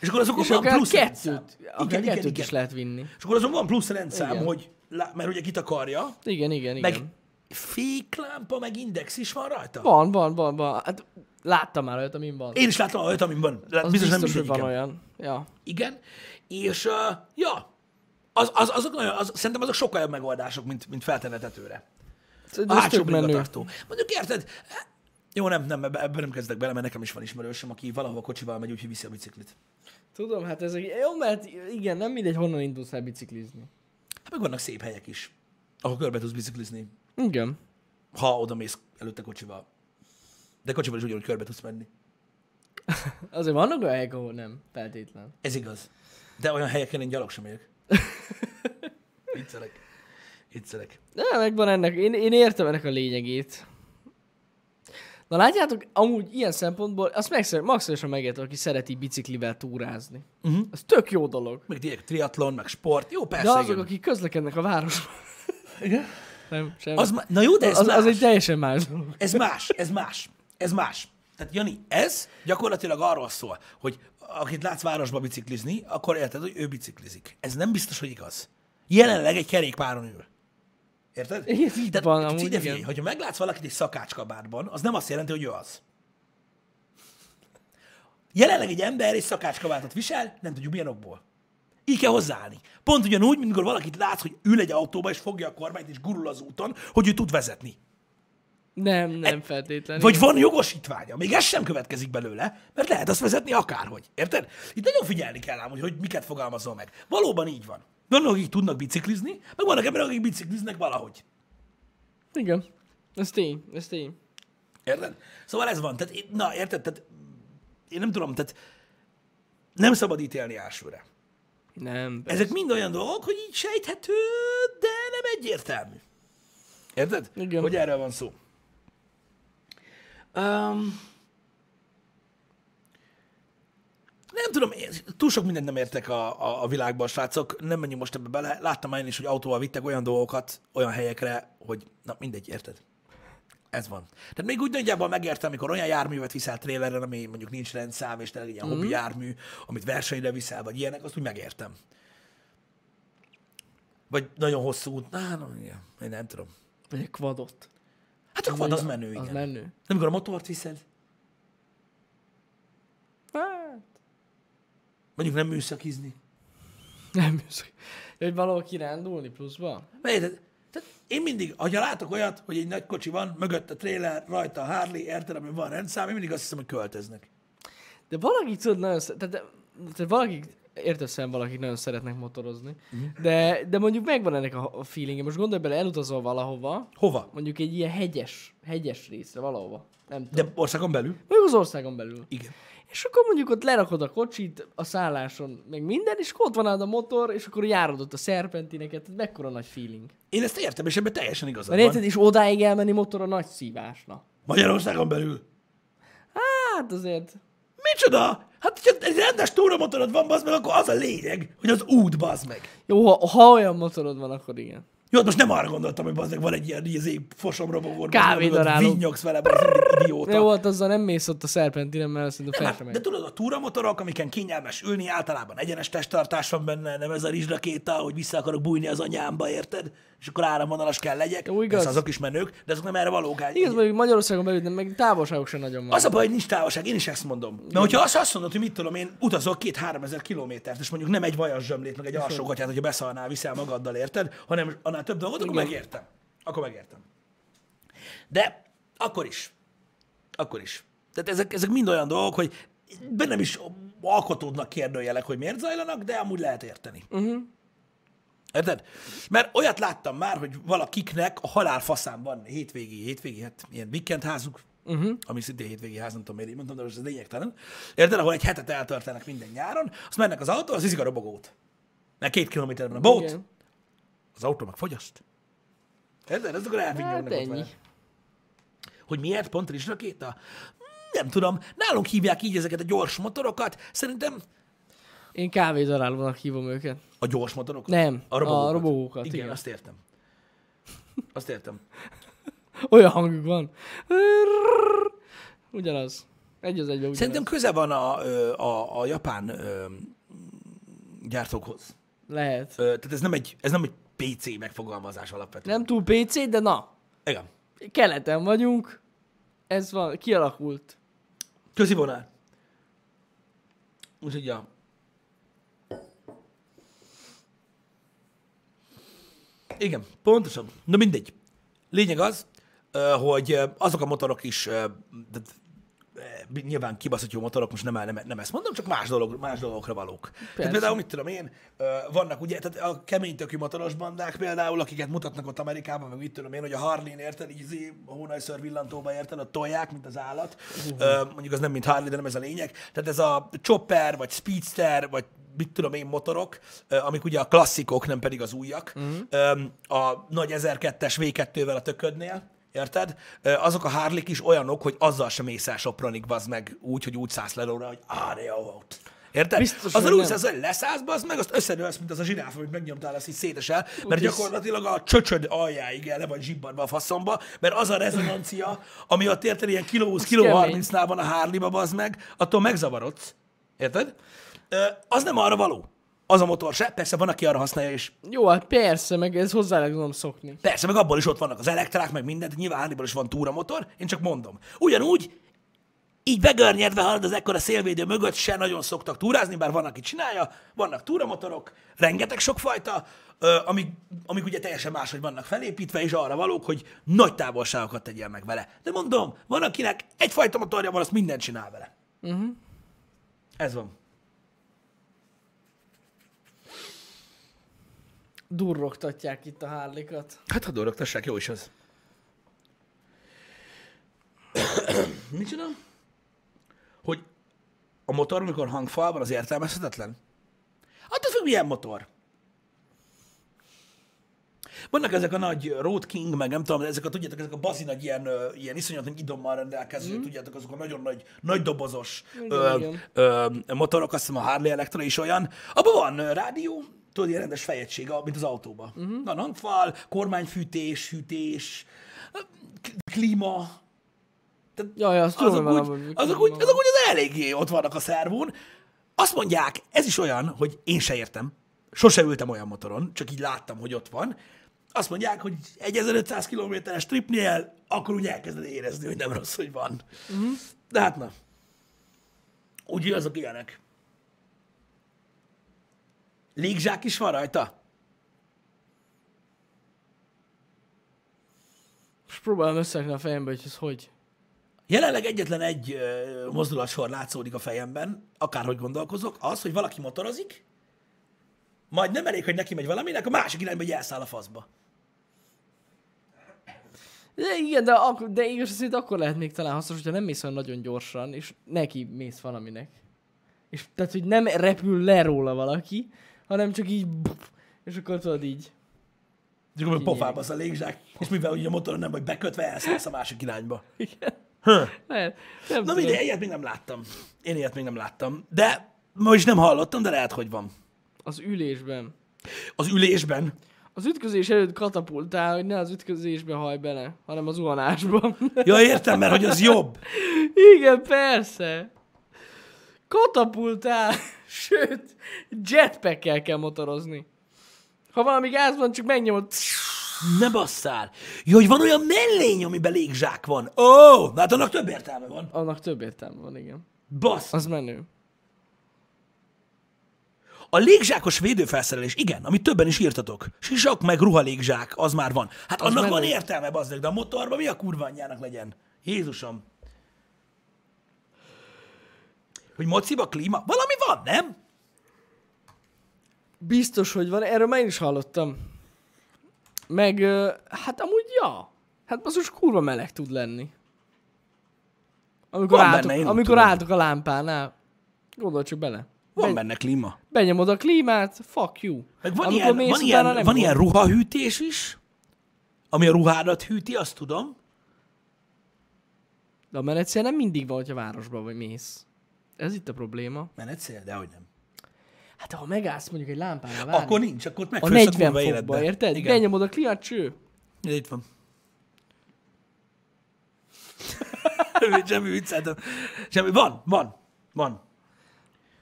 És akkor azokon És van akár plusz rendszám. kettőt, akár Igen, igen, kettőt is igen. lehet vinni. És akkor azon van plusz rendszám, Igen. hogy, lá- mert ugye kitakarja, Igen, igen, meg igen. féklámpa, meg index is van rajta. Van, van, van, van. Hát láttam már olyat, amin van. Én is láttam olyat, amin van. Biztos, Az biztos nem hogy van mindegyiken. olyan. Ja. Igen. És, uh, ja, az, az, azok nagyon, az, szerintem azok sokkal jobb megoldások, mint, mint feltevetetőre. Ez A hátsó tök menő. bringatartó. Mondjuk érted? eh, Jó, nem, nem, ebbe- ebben nem kezdek bele, mert nekem is van ismerősöm, aki valahova kocsival megy, úgyhogy viszi a biciklit. Tudom, hát ez egy... Jó, mert igen, nem mindegy, honnan indulsz el biciklizni. Hát meg vannak szép helyek is, ahol körbe tudsz biciklizni, Igen. ha oda mész előtte kocsival. De kocsival is ugyanúgy körbe tudsz menni. Azért vannak olyan helyek, ahol nem feltétlen. Ez igaz. De olyan helyeken én gyalog sem megyek. Viccelek. Viccelek. De megvan ennek, én, én értem ennek a lényegét. Na látjátok, amúgy ilyen szempontból, azt megszer, maximálisan megértem, aki szereti biciklivel túrázni. Uh-huh. Ez tök jó dolog. Meg direkt triatlon, meg sport. Jó, De Mhm. persze. azok, igen. akik közlekednek a városban. Nem, semmi. az, ma- na jó, de ez az, más. az egy teljesen más dolog. Ez más, ez más, ez más. Tehát Jani, ez gyakorlatilag arról szól, hogy akit látsz városba biciklizni, akkor érted, hogy ő biciklizik. Ez nem biztos, hogy igaz. Jelenleg egy kerékpáron ül. Érted? Igen, így van, kicsit amúgy ide igen. figyelj, hogyha meglátsz valakit egy szakácskabátban, az nem azt jelenti, hogy ő az. Jelenleg egy ember egy szakácskabátot visel, nem tudjuk milyen okból. Így kell hozzáállni. Pont ugyanúgy, mint amikor valakit látsz, hogy ül egy autóba, és fogja a kormányt, és gurul az úton, hogy ő tud vezetni. Nem, nem feltétlenül. Vagy van jogosítványa, még ez sem következik belőle, mert lehet azt vezetni akárhogy. Érted? Itt nagyon figyelni kell ám, hogy, hogy miket fogalmazol meg. Valóban így van. Vannak, akik tudnak biciklizni, meg vannak emberek, akik bicikliznek valahogy. Igen. Ez tény, ez tény. Érted? Szóval ez van. Tehát, én- na, érted? Tehát, én nem tudom, tehát nem szabad ítélni elsőre. Nem. Ezek mind olyan dolgok, hogy így sejthető, de nem egyértelmű. Érted? Igen. Hogy erről van szó. Um, nem tudom, én túl sok mindent nem értek a, a, a világban, srácok. Nem menjünk most ebbe bele. Láttam már én is, hogy autóval vittek olyan dolgokat olyan helyekre, hogy na mindegy, érted? Ez van. Tehát még úgy nagyjából megértem, amikor olyan járművet viszel trélerre, ami mondjuk nincs rendszám, és tényleg egy ilyen hobbi jármű, amit versenyre viszel, vagy ilyenek, azt úgy megértem. Vagy nagyon hosszú út. Na, nem, igen. Én nem tudom. Vagy egy kvadot. Hát csak van, az menő, igen. Az Nem, menő. amikor a motort viszed, Hát, mondjuk nem műszakizni. nem műszaki. Hogy valahol kirándulni pluszba? Érted? Tehát én mindig, ha látok olyat, hogy egy nagy kocsi van, mögött a tréler, rajta a Harley, érted, ami van rendszám, én mindig azt hiszem, hogy költöznek. De valaki tudod nagyon sz- tehát, tehát valaki érteszem valakik nagyon szeretnek motorozni, de, de mondjuk megvan ennek a, a feelingje. Most gondolj bele, elutazol valahova, Hova? mondjuk egy ilyen hegyes, hegyes részre valahova. Nem tudom. De országon belül? Mondjuk az országon belül. Igen. És akkor mondjuk ott lerakod a kocsit a szálláson, meg minden, és akkor ott van nálad a motor, és akkor járod ott a szerpentineket, tehát mekkora nagy feeling. Én ezt értem, és ebben teljesen igazad Mert van. érted, és odáig elmenni motor a nagy szívásna. Magyarországon belül. Hát azért, Micsoda? Hát, hogyha egy rendes túramotorod van, bazd meg, akkor az a lényeg, hogy az út, bazd meg. jó, ha, ha olyan motorod van, akkor igen. Jó, hát most nem arra gondoltam, hogy bazd meg van egy ilyen izé, fosomrobogor, bazd meg, Kávé amikor daráló. vinnyogsz vele, bazd meg, mint idióta. De jó, hát azzal nem mész ott a szerpentinen, mert szerintem fel sem Hát, de megy. tudod, a túramotorok, amiken kényelmes ülni, általában egyenes testtartás van benne, nem ez a rizsrakéta, hogy vissza akarok bújni az anyámba, érted? És akkor áramvonalas kell legyek. Jó, igaz. Persze azok is menők, de azok nem erre valók. Hát Igaz, mondjuk Magyarországon belül, de meg távolságok sem nagyon van. Az a baj, hogy nincs távolság, én is ezt mondom. Na, hogyha azt, azt mondod, hogy mit tudom, én utazok két-három ezer kilométert, és mondjuk nem egy vajas zsömlét, meg egy alsó gatyát, hogyha beszalnál, viszel magaddal, érted, hanem annál több dolgot, akkor Igen. megértem. Akkor megértem. De akkor is. Akkor is. Tehát ezek, ezek mind olyan dolgok, hogy bennem is alkotódnak kérdőjelek, hogy miért zajlanak, de amúgy lehet érteni. Uh-huh. Érted? Mert olyat láttam már, hogy valakiknek a halálfaszán van hétvégi, hétvégi, hát ilyen weekendházuk, Mhm. uh-huh. ami szintén hétvégi ház, nem tudom miért így mondtam, de most ez lényegtelen. Érted, ahol egy hetet eltöltenek minden nyáron, azt mennek az autó, az izik a robogót. Mert két kilométerben a bót, Igen. az autó meg fogyaszt. Érted? Azok elvinnyognak hát Hát ott vele. ennyi. Hogy miért pont rizsrakéta? Nem tudom. Nálunk hívják így ezeket a gyors motorokat. Szerintem Én kávédarálónak hívom őket. a gyors motorokat? Nem, A robogókat. a robogókat, Igen, igen. azt értem. Azt értem. Olyan hangjuk van. Ugyanaz. Egy az egyben ugyanaz. Szerintem köze van a, ö, a, a japán ö, gyártókhoz. Lehet. Ö, Tehát ez nem egy, ez nem egy PC megfogalmazás alapvetően. Nem túl PC, de na. Igen. Keleten vagyunk. Ez van, kialakult. Közi vonál. Úgyhogy, ja. Igen, pontosan. Na mindegy. Lényeg az, ö, hogy ö, azok a motorok is, ö, tehát, ö, nyilván kibaszott jó motorok, most nem, nem, nem ezt mondom, csak más, dolog, más dolgokra valók. Tehát például, mit tudom én, ö, vannak ugye, tehát a kemény tökű motoros bandák például, akiket mutatnak ott Amerikában, meg mit tudom én, hogy a Harley-n érted, így izé, a hónajször villantóba érted, a tolják, mint az állat. Ö, mondjuk az nem mint Harley, de nem ez a lényeg. Tehát ez a chopper, vagy speedster, vagy mit tudom én, motorok, ö, amik ugye a klasszikok, nem pedig az újak, Mhm. uh-huh. a nagy 1002-es V2-vel a töködnél, érted? Ö, Azok a hárlik is olyanok, hogy azzal sem mész el sopronig, bazd meg úgy, hogy úgy szállsz le róla, hogy ária volt. Érted? Biztos, azzal hogy úgy nem. szállsz, hogy leszállsz, bazd meg, azt összenőlsz, mint az a zsiráf, amit megnyomtál, azt így szétesel, mert Úgyis- gyakorlatilag a csöcsöd aljáig el le vagy zsibbanva a faszomba, mert az a rezonancia, ami ott érted, ilyen kiló 20, kiló kemény. 30 nál van a hárliba, bazd meg, attól megzavarodsz. Érted? Ö, Az nem arra való. Az a motor se, persze van, aki arra használja, és Jó, hát persze, meg ez hozzá lehet tudom szokni. Persze, meg abból is ott vannak az elektrák, meg mindent, nyilván hárnyból is van túramotor, én csak mondom. Ugyanúgy, így begörnyedve halad az ekkora szélvédő mögött, se nagyon szoktak túrázni, bár van, aki csinálja, vannak túramotorok, rengeteg sokfajta, ö, amik, amik ugye teljesen máshogy vannak felépítve, és arra valók, hogy nagy távolságokat tegyél meg vele. De mondom, van, akinek egyfajta motorja van, azt mindent csinál vele. Uh-huh. Ez van. Durrogtatják itt a hárlikat. Hát ha dorogtassák, jó is az. Micsoda? Hogy a motor, amikor hangfal van, az értelmezhetetlen? Attól függ, milyen motor. Vannak ezek a nagy Road King, meg nem tudom, ezek a, tudjátok, ezek a bazi nagy ilyen, ö, ilyen iszonyat nagy idommal rendelkező, mm. tudjátok, azok a nagyon nagy, nagy dobozos ö, Mhm. igen. ö, motorok, azt hiszem a Harley Electra is olyan. Abban van ö, rádió, Mhm. tudod, ilyen rendes fejegység, a- mint az autóban. Mm-hmm. Van hangfal, kormányfűtés, hűtés, klíma, tehát Jaj, azt tudom, azok, hogy úgy, valami- azok, úgy, azok úgy az eléggé ott vannak a szervón. Azt mondják, ez is olyan, hogy én se értem. Sose ültem olyan motoron, csak így láttam, hogy ott van. Azt mondják, hogy egy 1500 kilométeres tripnél, akkor úgy elkezded érezni, hogy nem rossz, hogy van. Mhm. Uh-huh. De hát na. Úgyhogy azok ilyenek. Légzsák is van rajta? Most próbálom összerakni a fejembe, hogy ez hogy. Jelenleg egyetlen egy ö, mozdulatsor látszódik a fejemben, akárhogy gondolkozok, az, hogy valaki motorozik, majd nem elég, hogy neki megy valaminek, a másik irányba egy elszáll a faszba. De igen, de, ak- de igaz szerint akkor lehet még talán hasznos, hogyha nem mész olyan nagyon gyorsan, és neki mész valaminek. És tehát, hogy nem repül le róla valaki, hanem csak így, bup, és akkor tudod így. És akkor Kinyílik. pofába az a légzsák, és mivel ugye a motoron nem vagy bekötve, elszállsz a másik irányba. Lehet, nem Na tudom. mindegy, ilyet még nem láttam. Én ilyet még nem láttam. De ma is nem hallottam, de lehet, hogy van. Az ülésben. Az ülésben. Az ütközés előtt katapultál, hogy ne az ütközésbe haj bele, hanem az uhanásban. Ja, értem, mert hogy az jobb. igen, persze. Katapultál, sőt, jetpackkel kell motorozni. Ha valami gáz van, csak megnyomod. Ne basszál. Jó, hogy van olyan mellény, amiben légzsák van. Ó, oh, hát annak több értelme van. Annak több értelme van, igen. Bassz. Az menő. A légzsákos védőfelszerelés, igen, amit többen is írtatok. Sisak meg ruhalégzsák, az már van. Hát az annak menő. van értelme, bazdeg, de a motorban mi a kurva anyjának legyen? Jézusom. Hogy mociba klíma? Valami van, nem? Biztos, hogy van, erről már én is hallottam. Meg, ö, hát amúgy ja. Hát basszus kurva meleg tud lenni. Amikor, Van álltok, benne, én úgy amikor tudom. álltok a lámpánál, gondolj csak bele. Van Be- benne klíma. Benyomod a klímát, fuck you. Meg Hát van Amikor ilyen, mész van, utána, ilyen, nem van gond. ilyen ruhahűtés is, ami a ruhádat hűti, azt tudom. De a menetszél nem mindig van, hogyha városba vagy mész. Ez itt a probléma. Menetszél, de hogy nem. Hát ha megállsz mondjuk egy lámpánál várni, Várj. Akkor nincs, akkor ott a megfősz a 40 kurva fokba, életbe. érted? Igen. Igen. Benyomod a klímát, cső. Ja, Itt van. semmi, semmi vicceltem. Semmi. Van, van, van.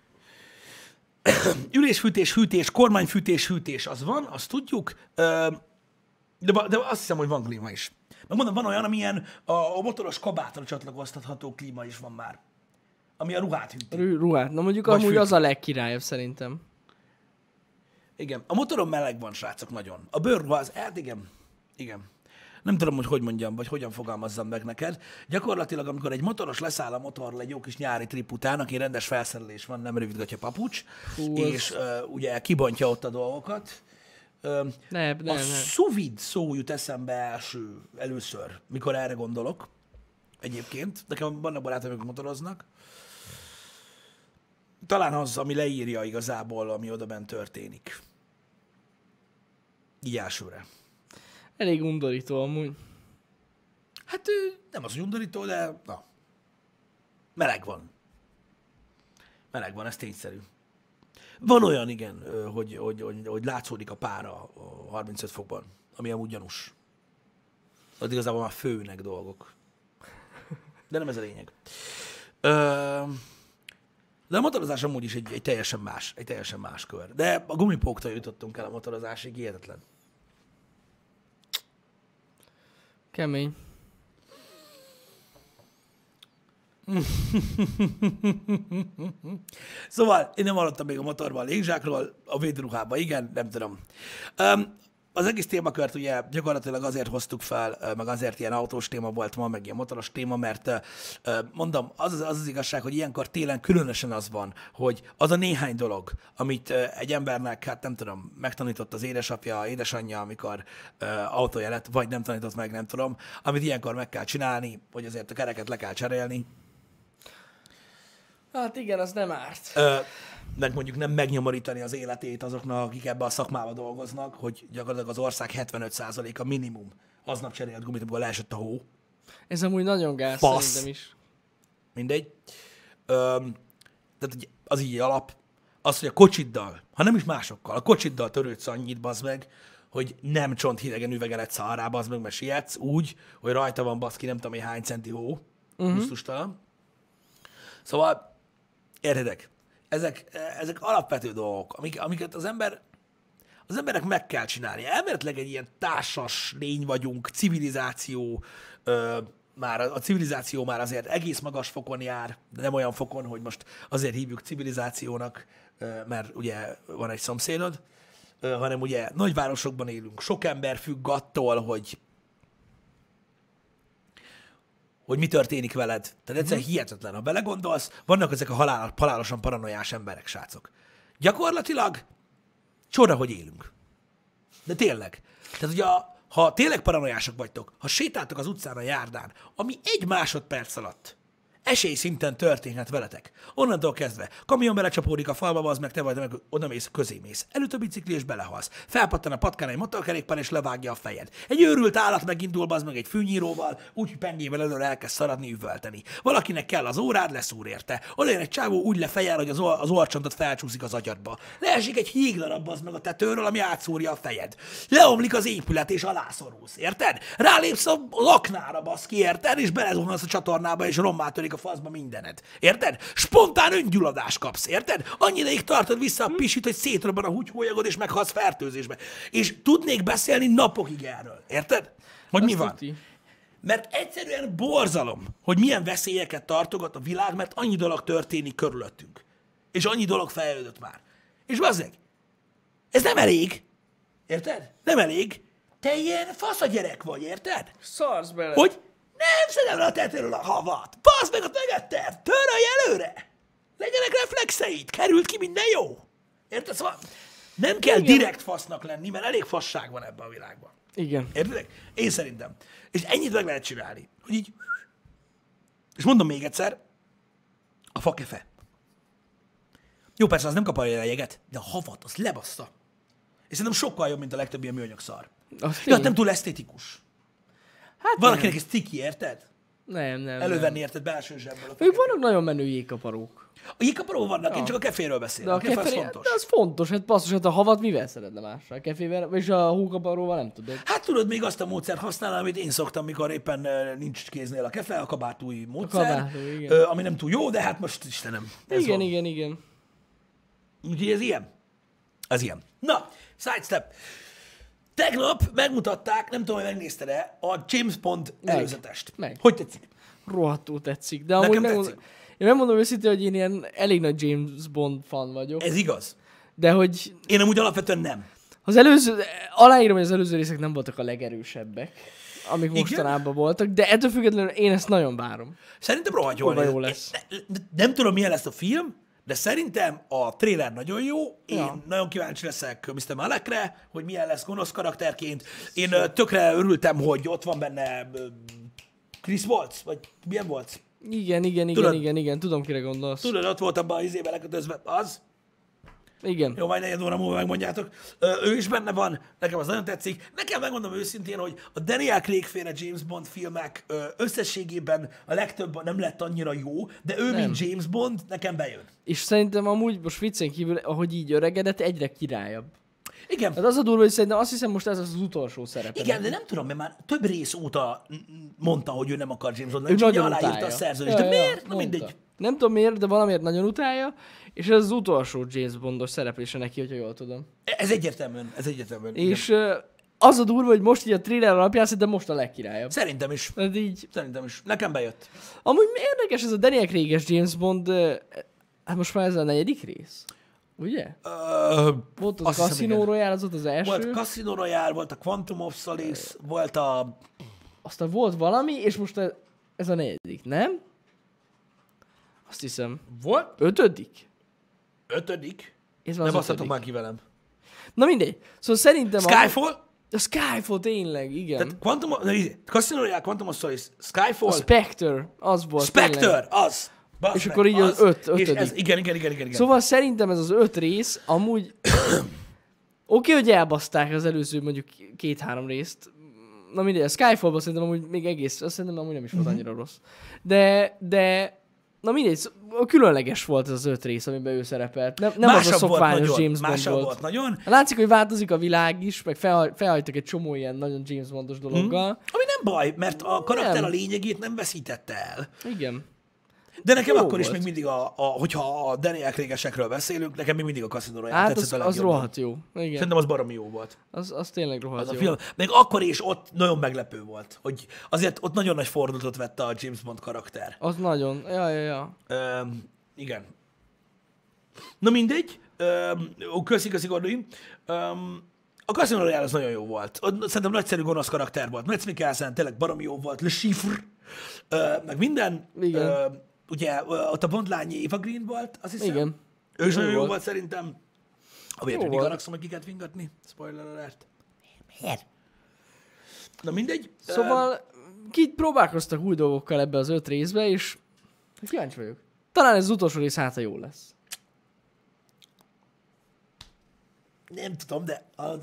Ülésfűtés, hűtés, kormányfűtés, hűtés, az van, azt tudjuk. Ö, De, ba- de azt hiszem, hogy van klíma is. Mert mondom, van olyan, amilyen a, a motoros kabátra csatlakoztatható klíma is van már. Ami a ruhát hűti. Rú- Ruhát. Na mondjuk Vagy amúgy fűt. az a legkirályabb szerintem. Igen. A motorom meleg van, srácok, nagyon. A bőrruha az, hát igen. Igen. Nem tudom, hogy hogy mondjam, vagy hogyan fogalmazzam meg neked. Gyakorlatilag, amikor egy motoros leszáll a motorról egy jó kis nyári trip után, aki rendes felszerelés van, nem rövidgatja papucs, Hú, ez- és ö, ugye kibontja ott a dolgokat. Ö, Nem, nem, a nem. szuvid szó jut eszembe első, először, mikor erre gondolok. Egyébként. Nekem vannak barátaim, akik motoroznak. Talán az, ami leírja igazából, ami odabent történik. Így elsőre. Elég undorító amúgy. Hát ő nem az, hogy undorító, de na. Meleg van. Meleg van, ez tényszerű. Van olyan, igen, ö, hogy, hogy, hogy, hogy látszódik a pára a 35 fokban, ami amúgy gyanús. Az igazából már főnek dolgok. De nem ez a lényeg. Ö, de a motorozás amúgy is egy, egy, teljesen más, egy teljesen más kör. De a gumipóktól jutottunk el a motorozásig, hihetetlen. Kemény. Szóval én nem hallottam még a motorban a légzsákról, a védruhában igen, nem tudom. Um, az egész témakört ugye gyakorlatilag azért hoztuk fel, ö, meg azért ilyen autós téma volt ma, meg ilyen motoros téma, mert ö, ö, mondom, az az, az az igazság, hogy ilyenkor télen különösen az van, hogy az a néhány dolog, amit ö, egy embernek, hát nem tudom, megtanított az édesapja, édesanyja, amikor ö, autója lett, vagy nem tanított meg, nem tudom, amit ilyenkor meg kell csinálni, hogy azért a kereket le kell cserélni, Hát igen, az nem árt. Ö, meg mondjuk nem megnyomorítani az életét azoknak, akik ebbe a szakmába dolgoznak, hogy gyakorlatilag az ország 75%-a minimum aznap cserélt gumit, amikor leesett a hó. Ez amúgy nagyon gáz Fasz. szerintem is. Mindegy. Ö, tehát ugye az így alap, az, hogy a kocsiddal, ha nem is másokkal, a kocsiddal törődsz annyit, bazd meg, hogy nem csont hidegen üvegelet szarába, az meg mert sietsz úgy, hogy rajta van baszki nem tudom, hogy hány centi hó, uh-huh. busztustalan. Szóval, értedek, ezek, ezek alapvető dolgok, amik, amiket az ember az embernek meg kell csinálni. Elméletileg egy ilyen társas lény vagyunk, civilizáció, ö, már a a civilizáció már azért egész magas fokon jár, de nem olyan fokon, hogy most azért hívjuk civilizációnak, ö, mert ugye van egy szomszédod, ö, hanem ugye nagyvárosokban élünk, sok ember függ attól, hogy hogy mi történik veled. Tehát egyszerűen hihetetlen, ha belegondolsz, vannak ezek a halál, halálosan paranoiás emberek, srácok. Gyakorlatilag csoda, hogy élünk. De tényleg. Tehát ugye, a- ha tényleg paranoiások vagytok, ha sétáltok az utcán a járdán, ami egy másodperc alatt esély szinten történhet veletek. Onnantól kezdve kamion belecsapódik a falba, az meg te vagy, meg oda mész, közé mész. Előtt a bicikli és belehalsz. Felpattan a patkán egy motorkerékpár és levágja a fejed. Egy őrült állat megindul, az meg egy fűnyíróval, úgy hogy pengével elől elkezd szaradni, üvölteni. Valakinek kell az órád, leszúr érte. Olyan egy csávó úgy lefejel, hogy az, or- az orcsontot felcsúszik az agyadba. Leesik egy hígdarab az meg a tetőről, ami átszúrja a fejed. Leomlik az épület, és alászorulsz, érted? Rálépsz a laknára, baszki, érted? És belezuhansz a csatornába, és rommá törik a faszba mindened. Érted? Spontán öngyulladást kapsz, érted? Annyi ideig tartod vissza a pisit, hogy szétrobban a húgyhólyagod, és meghalsz fertőzésbe. És tudnék beszélni napokig erről, érted? Hogy mi Azt van? tuti. Mert egyszerűen borzalom, hogy milyen veszélyeket tartogat a világ, mert annyi dolog történik körülöttünk. És annyi dolog fejlődött már. És bazzeg, ez nem elég. Érted? Nem elég. Te ilyen fasz a gyerek vagy, érted? Szarsz bele. Hogy nem szedem le a tetőről a havat. Basz meg a mögötted. Törölj előre. Legyenek reflexeid. Került ki minden jó. Érted? Szóval nem kell Igen. direkt fasznak lenni, mert elég fasság van ebben a világban. Igen. Értedek? Én szerintem. És ennyit meg lehet csinálni, hogy így... És mondom még egyszer, a fakefe. Jó, persze, az nem kap a jeget, de a havat, az lebassza. És szerintem sokkal jobb, mint a legtöbb ilyen műanyag szar. Az Jó, hát tény. nem túl esztétikus. Hát Valakinek ez ciki, érted? nem, nem, nem. Elővenni érted belső zsebből. a Ők fakefe. vannak nagyon menő jégkaparók. A jégkaparóban vannak, én csak a keféről beszélek. De a, a kefe az kefé- fontos. De az fontos, hát basszus, hát a havat mivel szeretne másra? A kefével, és a húkaparóval nem tudod. Hát tudod, még azt a módszert használni, amit én szoktam, mikor éppen ö, nincs kéznél a kefe, a kabátúi módszer, kabátúj, igen. ö, ami nem túl jó, de hát most Istenem, ez igen, van. igen, igen. Úgyhogy ez ilyen. Ez ilyen. Na, sidestep. Tegnap megmutatták, nem tudom, hogy megnézted-e, a James Bond Meg. előzetest. Meg. Hogy tetszik? Rohadtul tetszik. De amúgy Nekem megmond... tetszik. Én megmondom őszintén, hogy én ilyen elég nagy James Bond fan vagyok. Ez igaz. De hogy Én amúgy alapvetően nem. az előző, aláírom, hogy az előző részek nem voltak a legerősebbek, amik Igen? mostanában voltak, de ettől függetlenül én ezt nagyon várom. Szerintem rohadt jól Kurva néz- jó lesz. Ne- ne- Nem tudom, milyen lesz a film, de szerintem a trailer nagyon jó. Én Ja. nagyon kíváncsi leszek Mr. Malekre, hogy milyen lesz gonosz karakterként. Én ö, tökre örültem, hogy ott van benne ö, Chris Waltz, vagy milyen Waltz? Igen, igen, igen, Tudod- igen, igen, tudom, kire gondolsz. Tudod, ott volt abban az izébe lekötözve. Az? Igen. Jó, majd negyed óra múlva megmondjátok. Ö, Ő is benne van, nekem az nagyon tetszik. Nekem megmondom őszintén, hogy a Daniel Craig féle James Bond filmek ö, összességében a legtöbb nem lett annyira jó, de ő, nem. mint James Bond, nekem bejön. És szerintem amúgy most viccen kívül, ahogy így öregedett, egyre királyabb. Igen, Hát az a durva, hogy szerintem azt hiszem most ez az utolsó szerepe. igen, de nem tudom, mert már több rész óta mm, mm, mondta, hogy ő nem akar James Bond lenni, Ő csak ugye nagyon aláírta utálja. a szerződést. De miért? Na mondta. mindegy. Nem tudom miért, de valamiért nagyon utálja, és ez az utolsó James Bondos szereplése neki, hogyha jól tudom. Ez egyértelműen, ez egyértelműen. igen. És ö, az a durva, hogy most így a thriller alapján szerintem most a legkirályabb. Szerintem is. Tehát így, Szerintem is. Nekem bejött. amúgy érdekes ez a Daniel Craig-es James Bond, ö, hát most már ez a negyedik rész. Ugye? Ö, Volt az azt a hiszem, igen. Casino Royale, az ott az első. Volt Casino Royale, volt a Quantum of Solace, volt a Aztán volt valami, és most e- ez a negyedik, nem? Azt hiszem. Volt? Ötödik? Ötödik. Ez van Nem az baszhatok ötödik. már ki velem. Na mindegy. Szóval szerintem a... Skyfall? a Skyfall tényleg, igen. Tehát Quantum, na, izé, Casino Royale, Quantum of Solace, a Skyfall, Spectre, az volt tényleg. Spectre, az. Basz És meg, akkor így az öt- És ötödik. ez, igen, igen, igen, igen. igen. Szóval szerintem ez az öt rész amúgy... Oké, okay, hogy elbaszták az előző mondjuk két-három részt. Na Mhm. mindegy, a Skyfallban szerintem amúgy még egész, azt szerintem amúgy nem is volt annyira rossz. De, de Na mindegy, szó- különleges volt ez az öt rész, amiben ő szerepelt. Nem, nem az a szokványos nagyon, James Bond másabb volt. volt nagyon. Látszik, hogy változik a világ is, meg felhaj, felhajtak egy csomó ilyen nagyon James Bondos dologgal. Ami nem baj, mert a karakter Nem. a lényegét nem veszítette el. Igen. De nekem Jó akkor is volt. még mindig, a, a, hogyha a Daniel craig beszélünk, nekem még mindig a Casino Royale Hát tetszett a az, az legjobban. rohadt jó. Igen. Szerintem az baromi jó volt. Az, az tényleg rohadt Az a jó. film. Még akkor is ott nagyon meglepő volt, hogy azért ott nagyon nagy fordulatot vette a James Bond karakter. Az nagyon. Ja, ja, ja. Öm, igen. Na mindegy. Öm, ó, köszi, köszi, Gordon. Öm, a Casino Royale az nagyon jó volt. Ott Szerintem nagyszerű gonosz karakter volt. Metz Mikkelsen tényleg baromi jó volt. Le Chiffre, ö, meg minden. Igen. Ö, ugye ö, ott a bondlányi Eva Green volt, azt hiszem. Igen. Ő is nagyon jó volt. volt szerintem. A miért Jó mindig volt. haragszom, hogy kiket vingatni? Spoiler alert. Miért? Na mindegy. Ö, Szóval ki próbálkoztak új dolgokkal ebbe az öt részbe, és kíváncsi vagyok. Talán ez az utolsó rész háta jó lesz. Nem tudom, de az...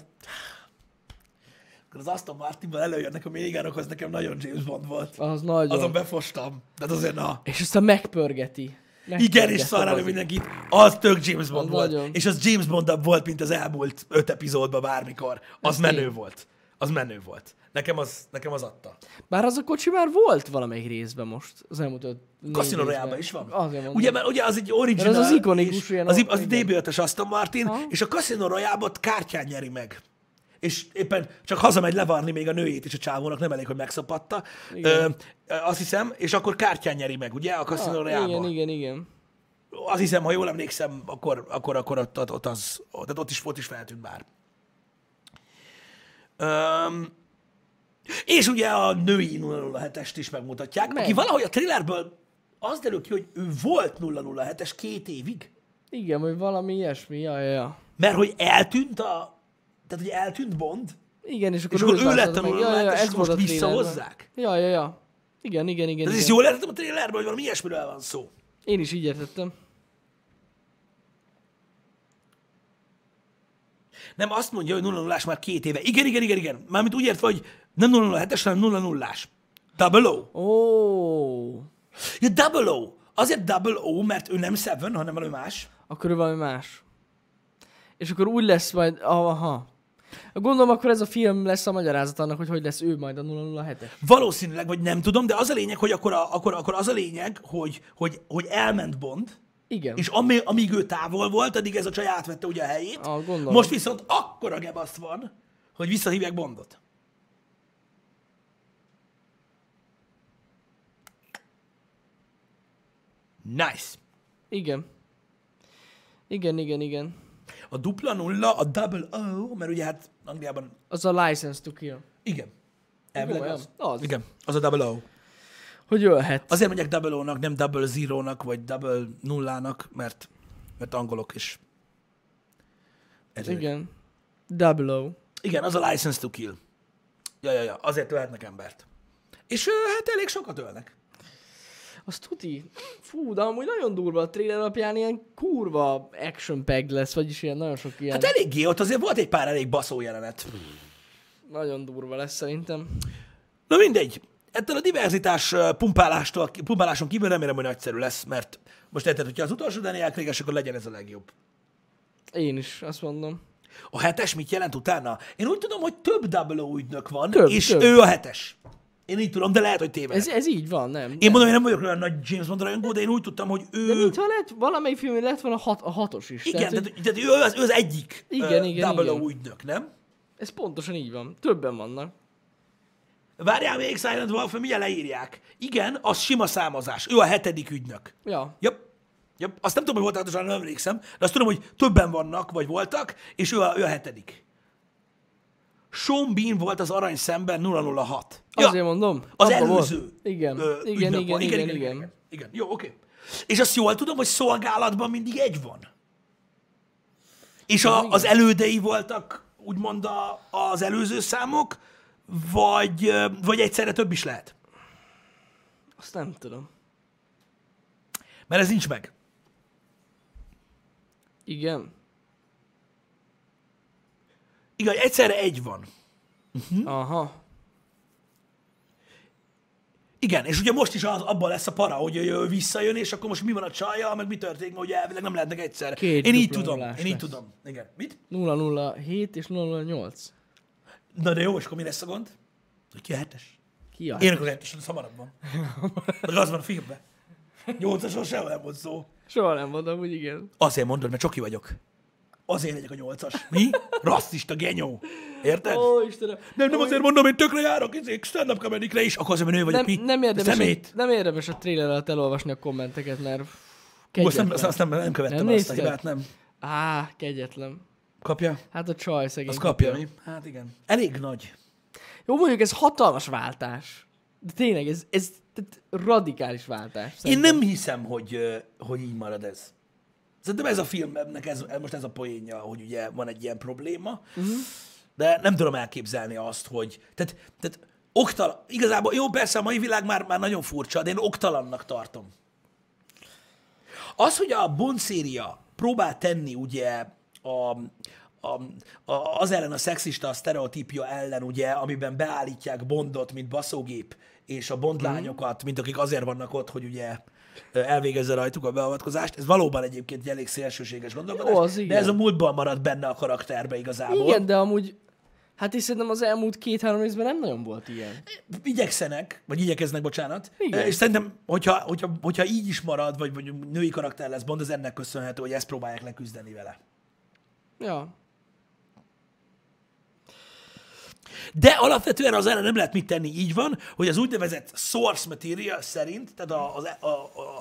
Akkor az Aston Martinban előjönnek a minigánok, az nekem nagyon James Bond volt. Az nagyon. Azon befostam. De azért na. És aztán megpörgeti. Igen, Megpörgeti és szarál az- el mindenkit. Az tök James Bond Az volt. nagyon. És az James Bondabb volt, mint az elmúlt öt epizódban bármikor. Az Ez menő tény. volt. Az menő volt. Nekem az, nekem az adta. Bár az a kocsi már volt valamelyik részben most, az elmúlt öt négy Casino részben. royale is van. Azért mondom. Ah, ugye, mert ugye az egy original. Mert az az ikonikus és ilyen- Az, i- az igen. db Aston Martin, és a Casino royale kártyán nyeri meg. És éppen csak hazamegy levarni még a nőjét is a csávónak, nem elég, hogy megszapadta. Ö, ö, azt hiszem, és akkor kártyán nyeri meg, ugye, a Casino Ah, royale Igen, igen, igen. Azt hiszem, ha jól emlékszem, akkor, akkor, akkor ott, ott, ott, az, ott, tehát ott is volt is feltűnt már. Öm, és ugye a női 007-est is megmutatják, Meg. aki valahogy a trailerből az derül ki, hogy ő volt 007-es két évig, Igen, hogy valami ilyesmi, ja, ja, ja. mert hogy eltűnt a... Tehát, hogy eltűnt Bond, Igen, és akkor, és akkor ő lett a változott meg. 007 ja, ja, és ez volt most a trailerben. visszahozzák. Ja, ja, ja. Igen, igen, igen. Tehát igen. ezt jól értettem a trailerből, hogy valami ilyesmiről van szó. Én is így értettem. Nem, azt mondja, hogy 0 0 már két éve. Igen, igen, igen, igen. Mármint úgy értve, hogy nem 0 7-es, hanem 0 0 Double O. Ó, Ja, Double O. Azért Double O, mert ő nem Seven, hanem valami más. akkor ő valami más. És akkor úgy lesz majd, aha. Gondolom, akkor ez a film lesz a magyarázat annak, hogy hogy lesz ő majd a 007-es. Valószínűleg, vagy nem tudom, de az a lényeg, hogy akkor, a, akkor, akkor az a lényeg, hogy, hogy, hogy elment Bond, Igen. és amí, amíg ő távol volt, addig ez a csaj átvette ugye a helyét. Ah, gondolom. Most viszont akkora gebaszt van, hogy visszahívják Bondot. Nice. Igen. Igen, igen, igen. A dupla nulla, a double O, mert ugye hát Angliában Az a license to kill. Igen. Elvileg Komolyan? az? Az. Igen, az a double O. Hogy ölhet. Azért mondják double O-nak, nem double zero-nak, vagy double nullának, mert, mert angolok is. Ezért. Igen. Double O. Igen, az a license to kill. Ja, ja, ja, azért ölhetnek embert. És ö, hát elég sokat ölnek. Az tuti. Fú, de amúgy nagyon durva a trailer alapján ilyen kurva action pack lesz, vagyis ilyen nagyon sok ilyen. Hát eléggé, ott azért volt egy pár elég baszó jelenet. Nagyon durva lesz szerintem. Na mindegy. Ettől a diverzitás ö, pumpálástól, pumpáláson kívül remélem, hogy nagyszerű lesz, mert most érted, hogyha az utolsó Daniel craig akkor legyen ez a legjobb. Én is, azt mondom. A hetes mit jelent utána? Én úgy tudom, hogy több double ügynök van, Több, és több. ő a hetes. Én így tudom, de lehet, hogy tévedek. Ez, ez így van, nem? Én mondom, hogy nem vagyok olyan nagy James Bond rajongó, de én úgy tudtam, hogy ő... Mint ha lett, valamelyik filmben lett volna hat, a hatos is. igen, tehát, tehát, hogy tehát ő, az, ő az egyik ö, Igen, igen, double igen. O ügynök, nem? ez pontosan így van. Többen vannak. Várjál még Silent Wolf, mindjárt leírják. Igen, az sima számozás. Ő a hetedik ügynök. Ja. Jop. Jop. Azt nem tudom, hogy volt hatosan, nem emlékszem, de azt tudom, hogy többen vannak, vagy voltak, és ő a, ő a hetedik. Sean Bean volt az arany szemben 006. Azért mondom. Az abba volt. előző. Igen. ö, igen, ügynök igen, volt. igen, igen. igen. Jó, oké. És azt jól tudom, hogy szolgálatban mindig egy van. És Hát a, az elődei voltak, úgymond a, az előző számok, vagy, ö, vagy egyszerre több is lehet. Azt nem tudom. Mert ez nincs meg. Igen. Igen, Hm? egyszerre egy van. Aha. Igen, és ugye most is az, abban lesz a para, hogy ő visszajön, és akkor most mi van a csaja, meg mi történik, mert ugye elvileg nem lehetnek egyszer. Két én így dupla tudom, nullás én így lesz. tudom. Igen. Mit? 007 és 008. Na de jó, és akkor mi lesz a gond? Hogy ki a hetes? Ki a? Én akkor hetes, az hamarabb van. Meg az van a filmben. Nyolcasról sem nem volt szó. Soha nem mondom, hogy igen. Azért mondod, mert csoki vagyok. Azért legyek a nyolcas. Mi? Rasszista genyó. Érted? Ó, Istenem. Nem, nem Ó, azért mondom, én tökre járok, izék, stand-up comedy is, akkor azért, mert nő vagyok. nem, mi? nem, érdemes, Szemét. a, nem érdemes a trailer alatt elolvasni a kommenteket, mert pff, Most nem, kegyetlen. azt nem, nem követtem Nem el azt a nézted? hibát, nem. Á, kegyetlen. Kapja? Hát a csaj szegény. Az kapja, mi? Hát igen. Elég nagy. Jó, mondjuk ez hatalmas váltás. De tényleg, ez, ez tehát radikális váltás. Én szerintem. nem hiszem, hogy, ö, hogy így marad ez. Szerintem ez a filmnek ez, most ez a poénja, hogy ugye van egy ilyen probléma, uh-huh. de nem tudom elképzelni azt, hogy... Tehát, tehát oktalan, igazából jó, persze a mai világ már, már nagyon furcsa, de én oktalannak tartom. Az, hogy a Bond széria próbál tenni ugye a, a, a, az ellen a szexista sztereotípia ellen, ugye, amiben beállítják Bondot, mint baszógép, és a Bond Mhm. lányokat, mint akik azért vannak ott, hogy ugye ö, elvégezze rajtuk a beavatkozást. Ez valóban egyébként egy elég szélsőséges gondolkodás, Jó, az de igen. ez a múltban maradt benne a karakterbe igazából. Igen, de amúgy... Hát és szerintem az elmúlt két-három részben nem nagyon volt ilyen. igyekszenek, vagy igyekeznek, bocsánat. Igen. És szerintem, hogyha, hogyha, hogyha így is marad, vagy mondjuk női karakter lesz Bond, az ennek köszönhető, hogy ezt próbálják leküzdeni vele. Ja. De alapvetően az ellen nem lehet mit tenni, így van, hogy az úgynevezett source material szerint, tehát a, a, a,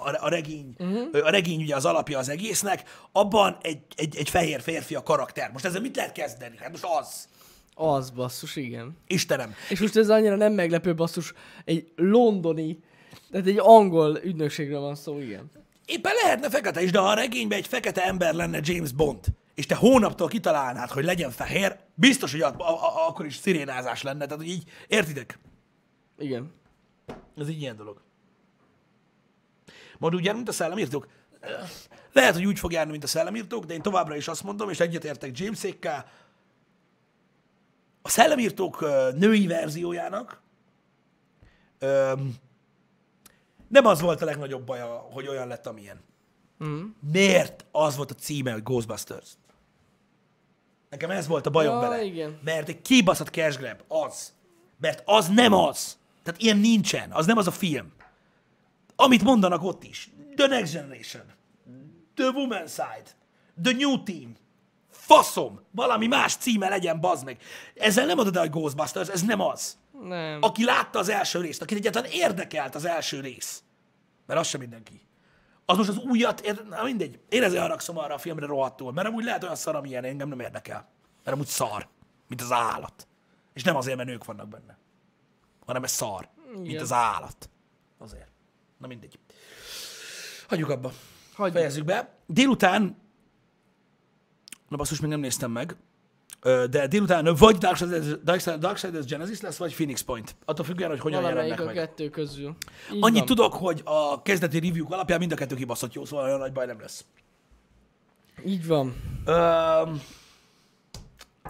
a, a regény, uh-huh. a regény ugye az alapja az egésznek, abban egy, egy, egy fehér férfi a karakter. Most ezzel mit lehet kezdeni? Hát most az. Az basszus, igen. Istenem. És most ez annyira nem meglepő basszus, egy londoni, tehát egy angol ügynökségről van szó, igen. Éppen lehetne fekete is, de ha a regényben egy fekete ember lenne James Bond, és te hónaptól kitalálnád, hogy legyen fehér, biztos, hogy a, a, a, akkor is szirénázás lenne. Tehát, hogy így, értitek? Igen. Ez így ilyen dolog. Majd úgy jár, mint a szellemírtók. Lehet, hogy úgy fog járni, mint a szellemírtók, de én továbbra is azt mondom, és egyetértek Jamesékkel, a szellemírtók ö, női verziójának öm, nem az volt a legnagyobb baja, hogy olyan lett, amilyen. Mm. Miért az volt a címe, hogy Ghostbusters? Nekem ez volt a bajom Ja, vele. igen. Mert egy kibaszott cash grab, az. Mert az nem az. Tehát ilyen nincsen. Az nem az a film. Amit mondanak ott is. The Next Generation. The Woman's Side. The New Team. Faszom! Valami más címe legyen, bazd meg. Ezzel nem adod el, hogy Ghostbusters, ez nem az. Nem. Aki látta az első részt, akit egyáltalán érdekelt az első rész. Mert az sem mindenki. Az most az újat, ér... na mindegy. Én ezért haragszom arra a filmre rohadtul, mert amúgy lehet olyan szar, amilyen engem nem érdekel. Mert amúgy szar, mint az állat. És nem azért, mert nők vannak benne, hanem ez szar, mint Igen. az állat. Azért. Na mindegy. Hagyjuk abba. Hagyjuk. Fejezzük be. Délután, na basszus, még nem néztem meg, Ö, de délután vagy Darksiders, Darksiders, Darksiders Genesis lesz, vagy Phoenix Point. Attól függően, hogy hogyan Valamelyik jelennek a meg. kettő közül. Így Annyit van. tudok, hogy a kezdeti review alapján mind a kettő kibaszott jó, szóval olyan nagy baj nem lesz. Így van. Öm,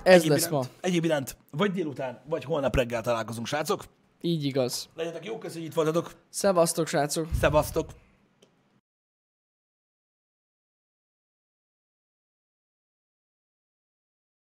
Ez egyéb lesz ma. iránt- Egyéb iránt, vagy délután, vagy holnap reggel találkozunk, srácok. Így igaz. Legyetek jók, köszönjük, hogy itt voltatok. Szevasztok, srácok! Szevasztok!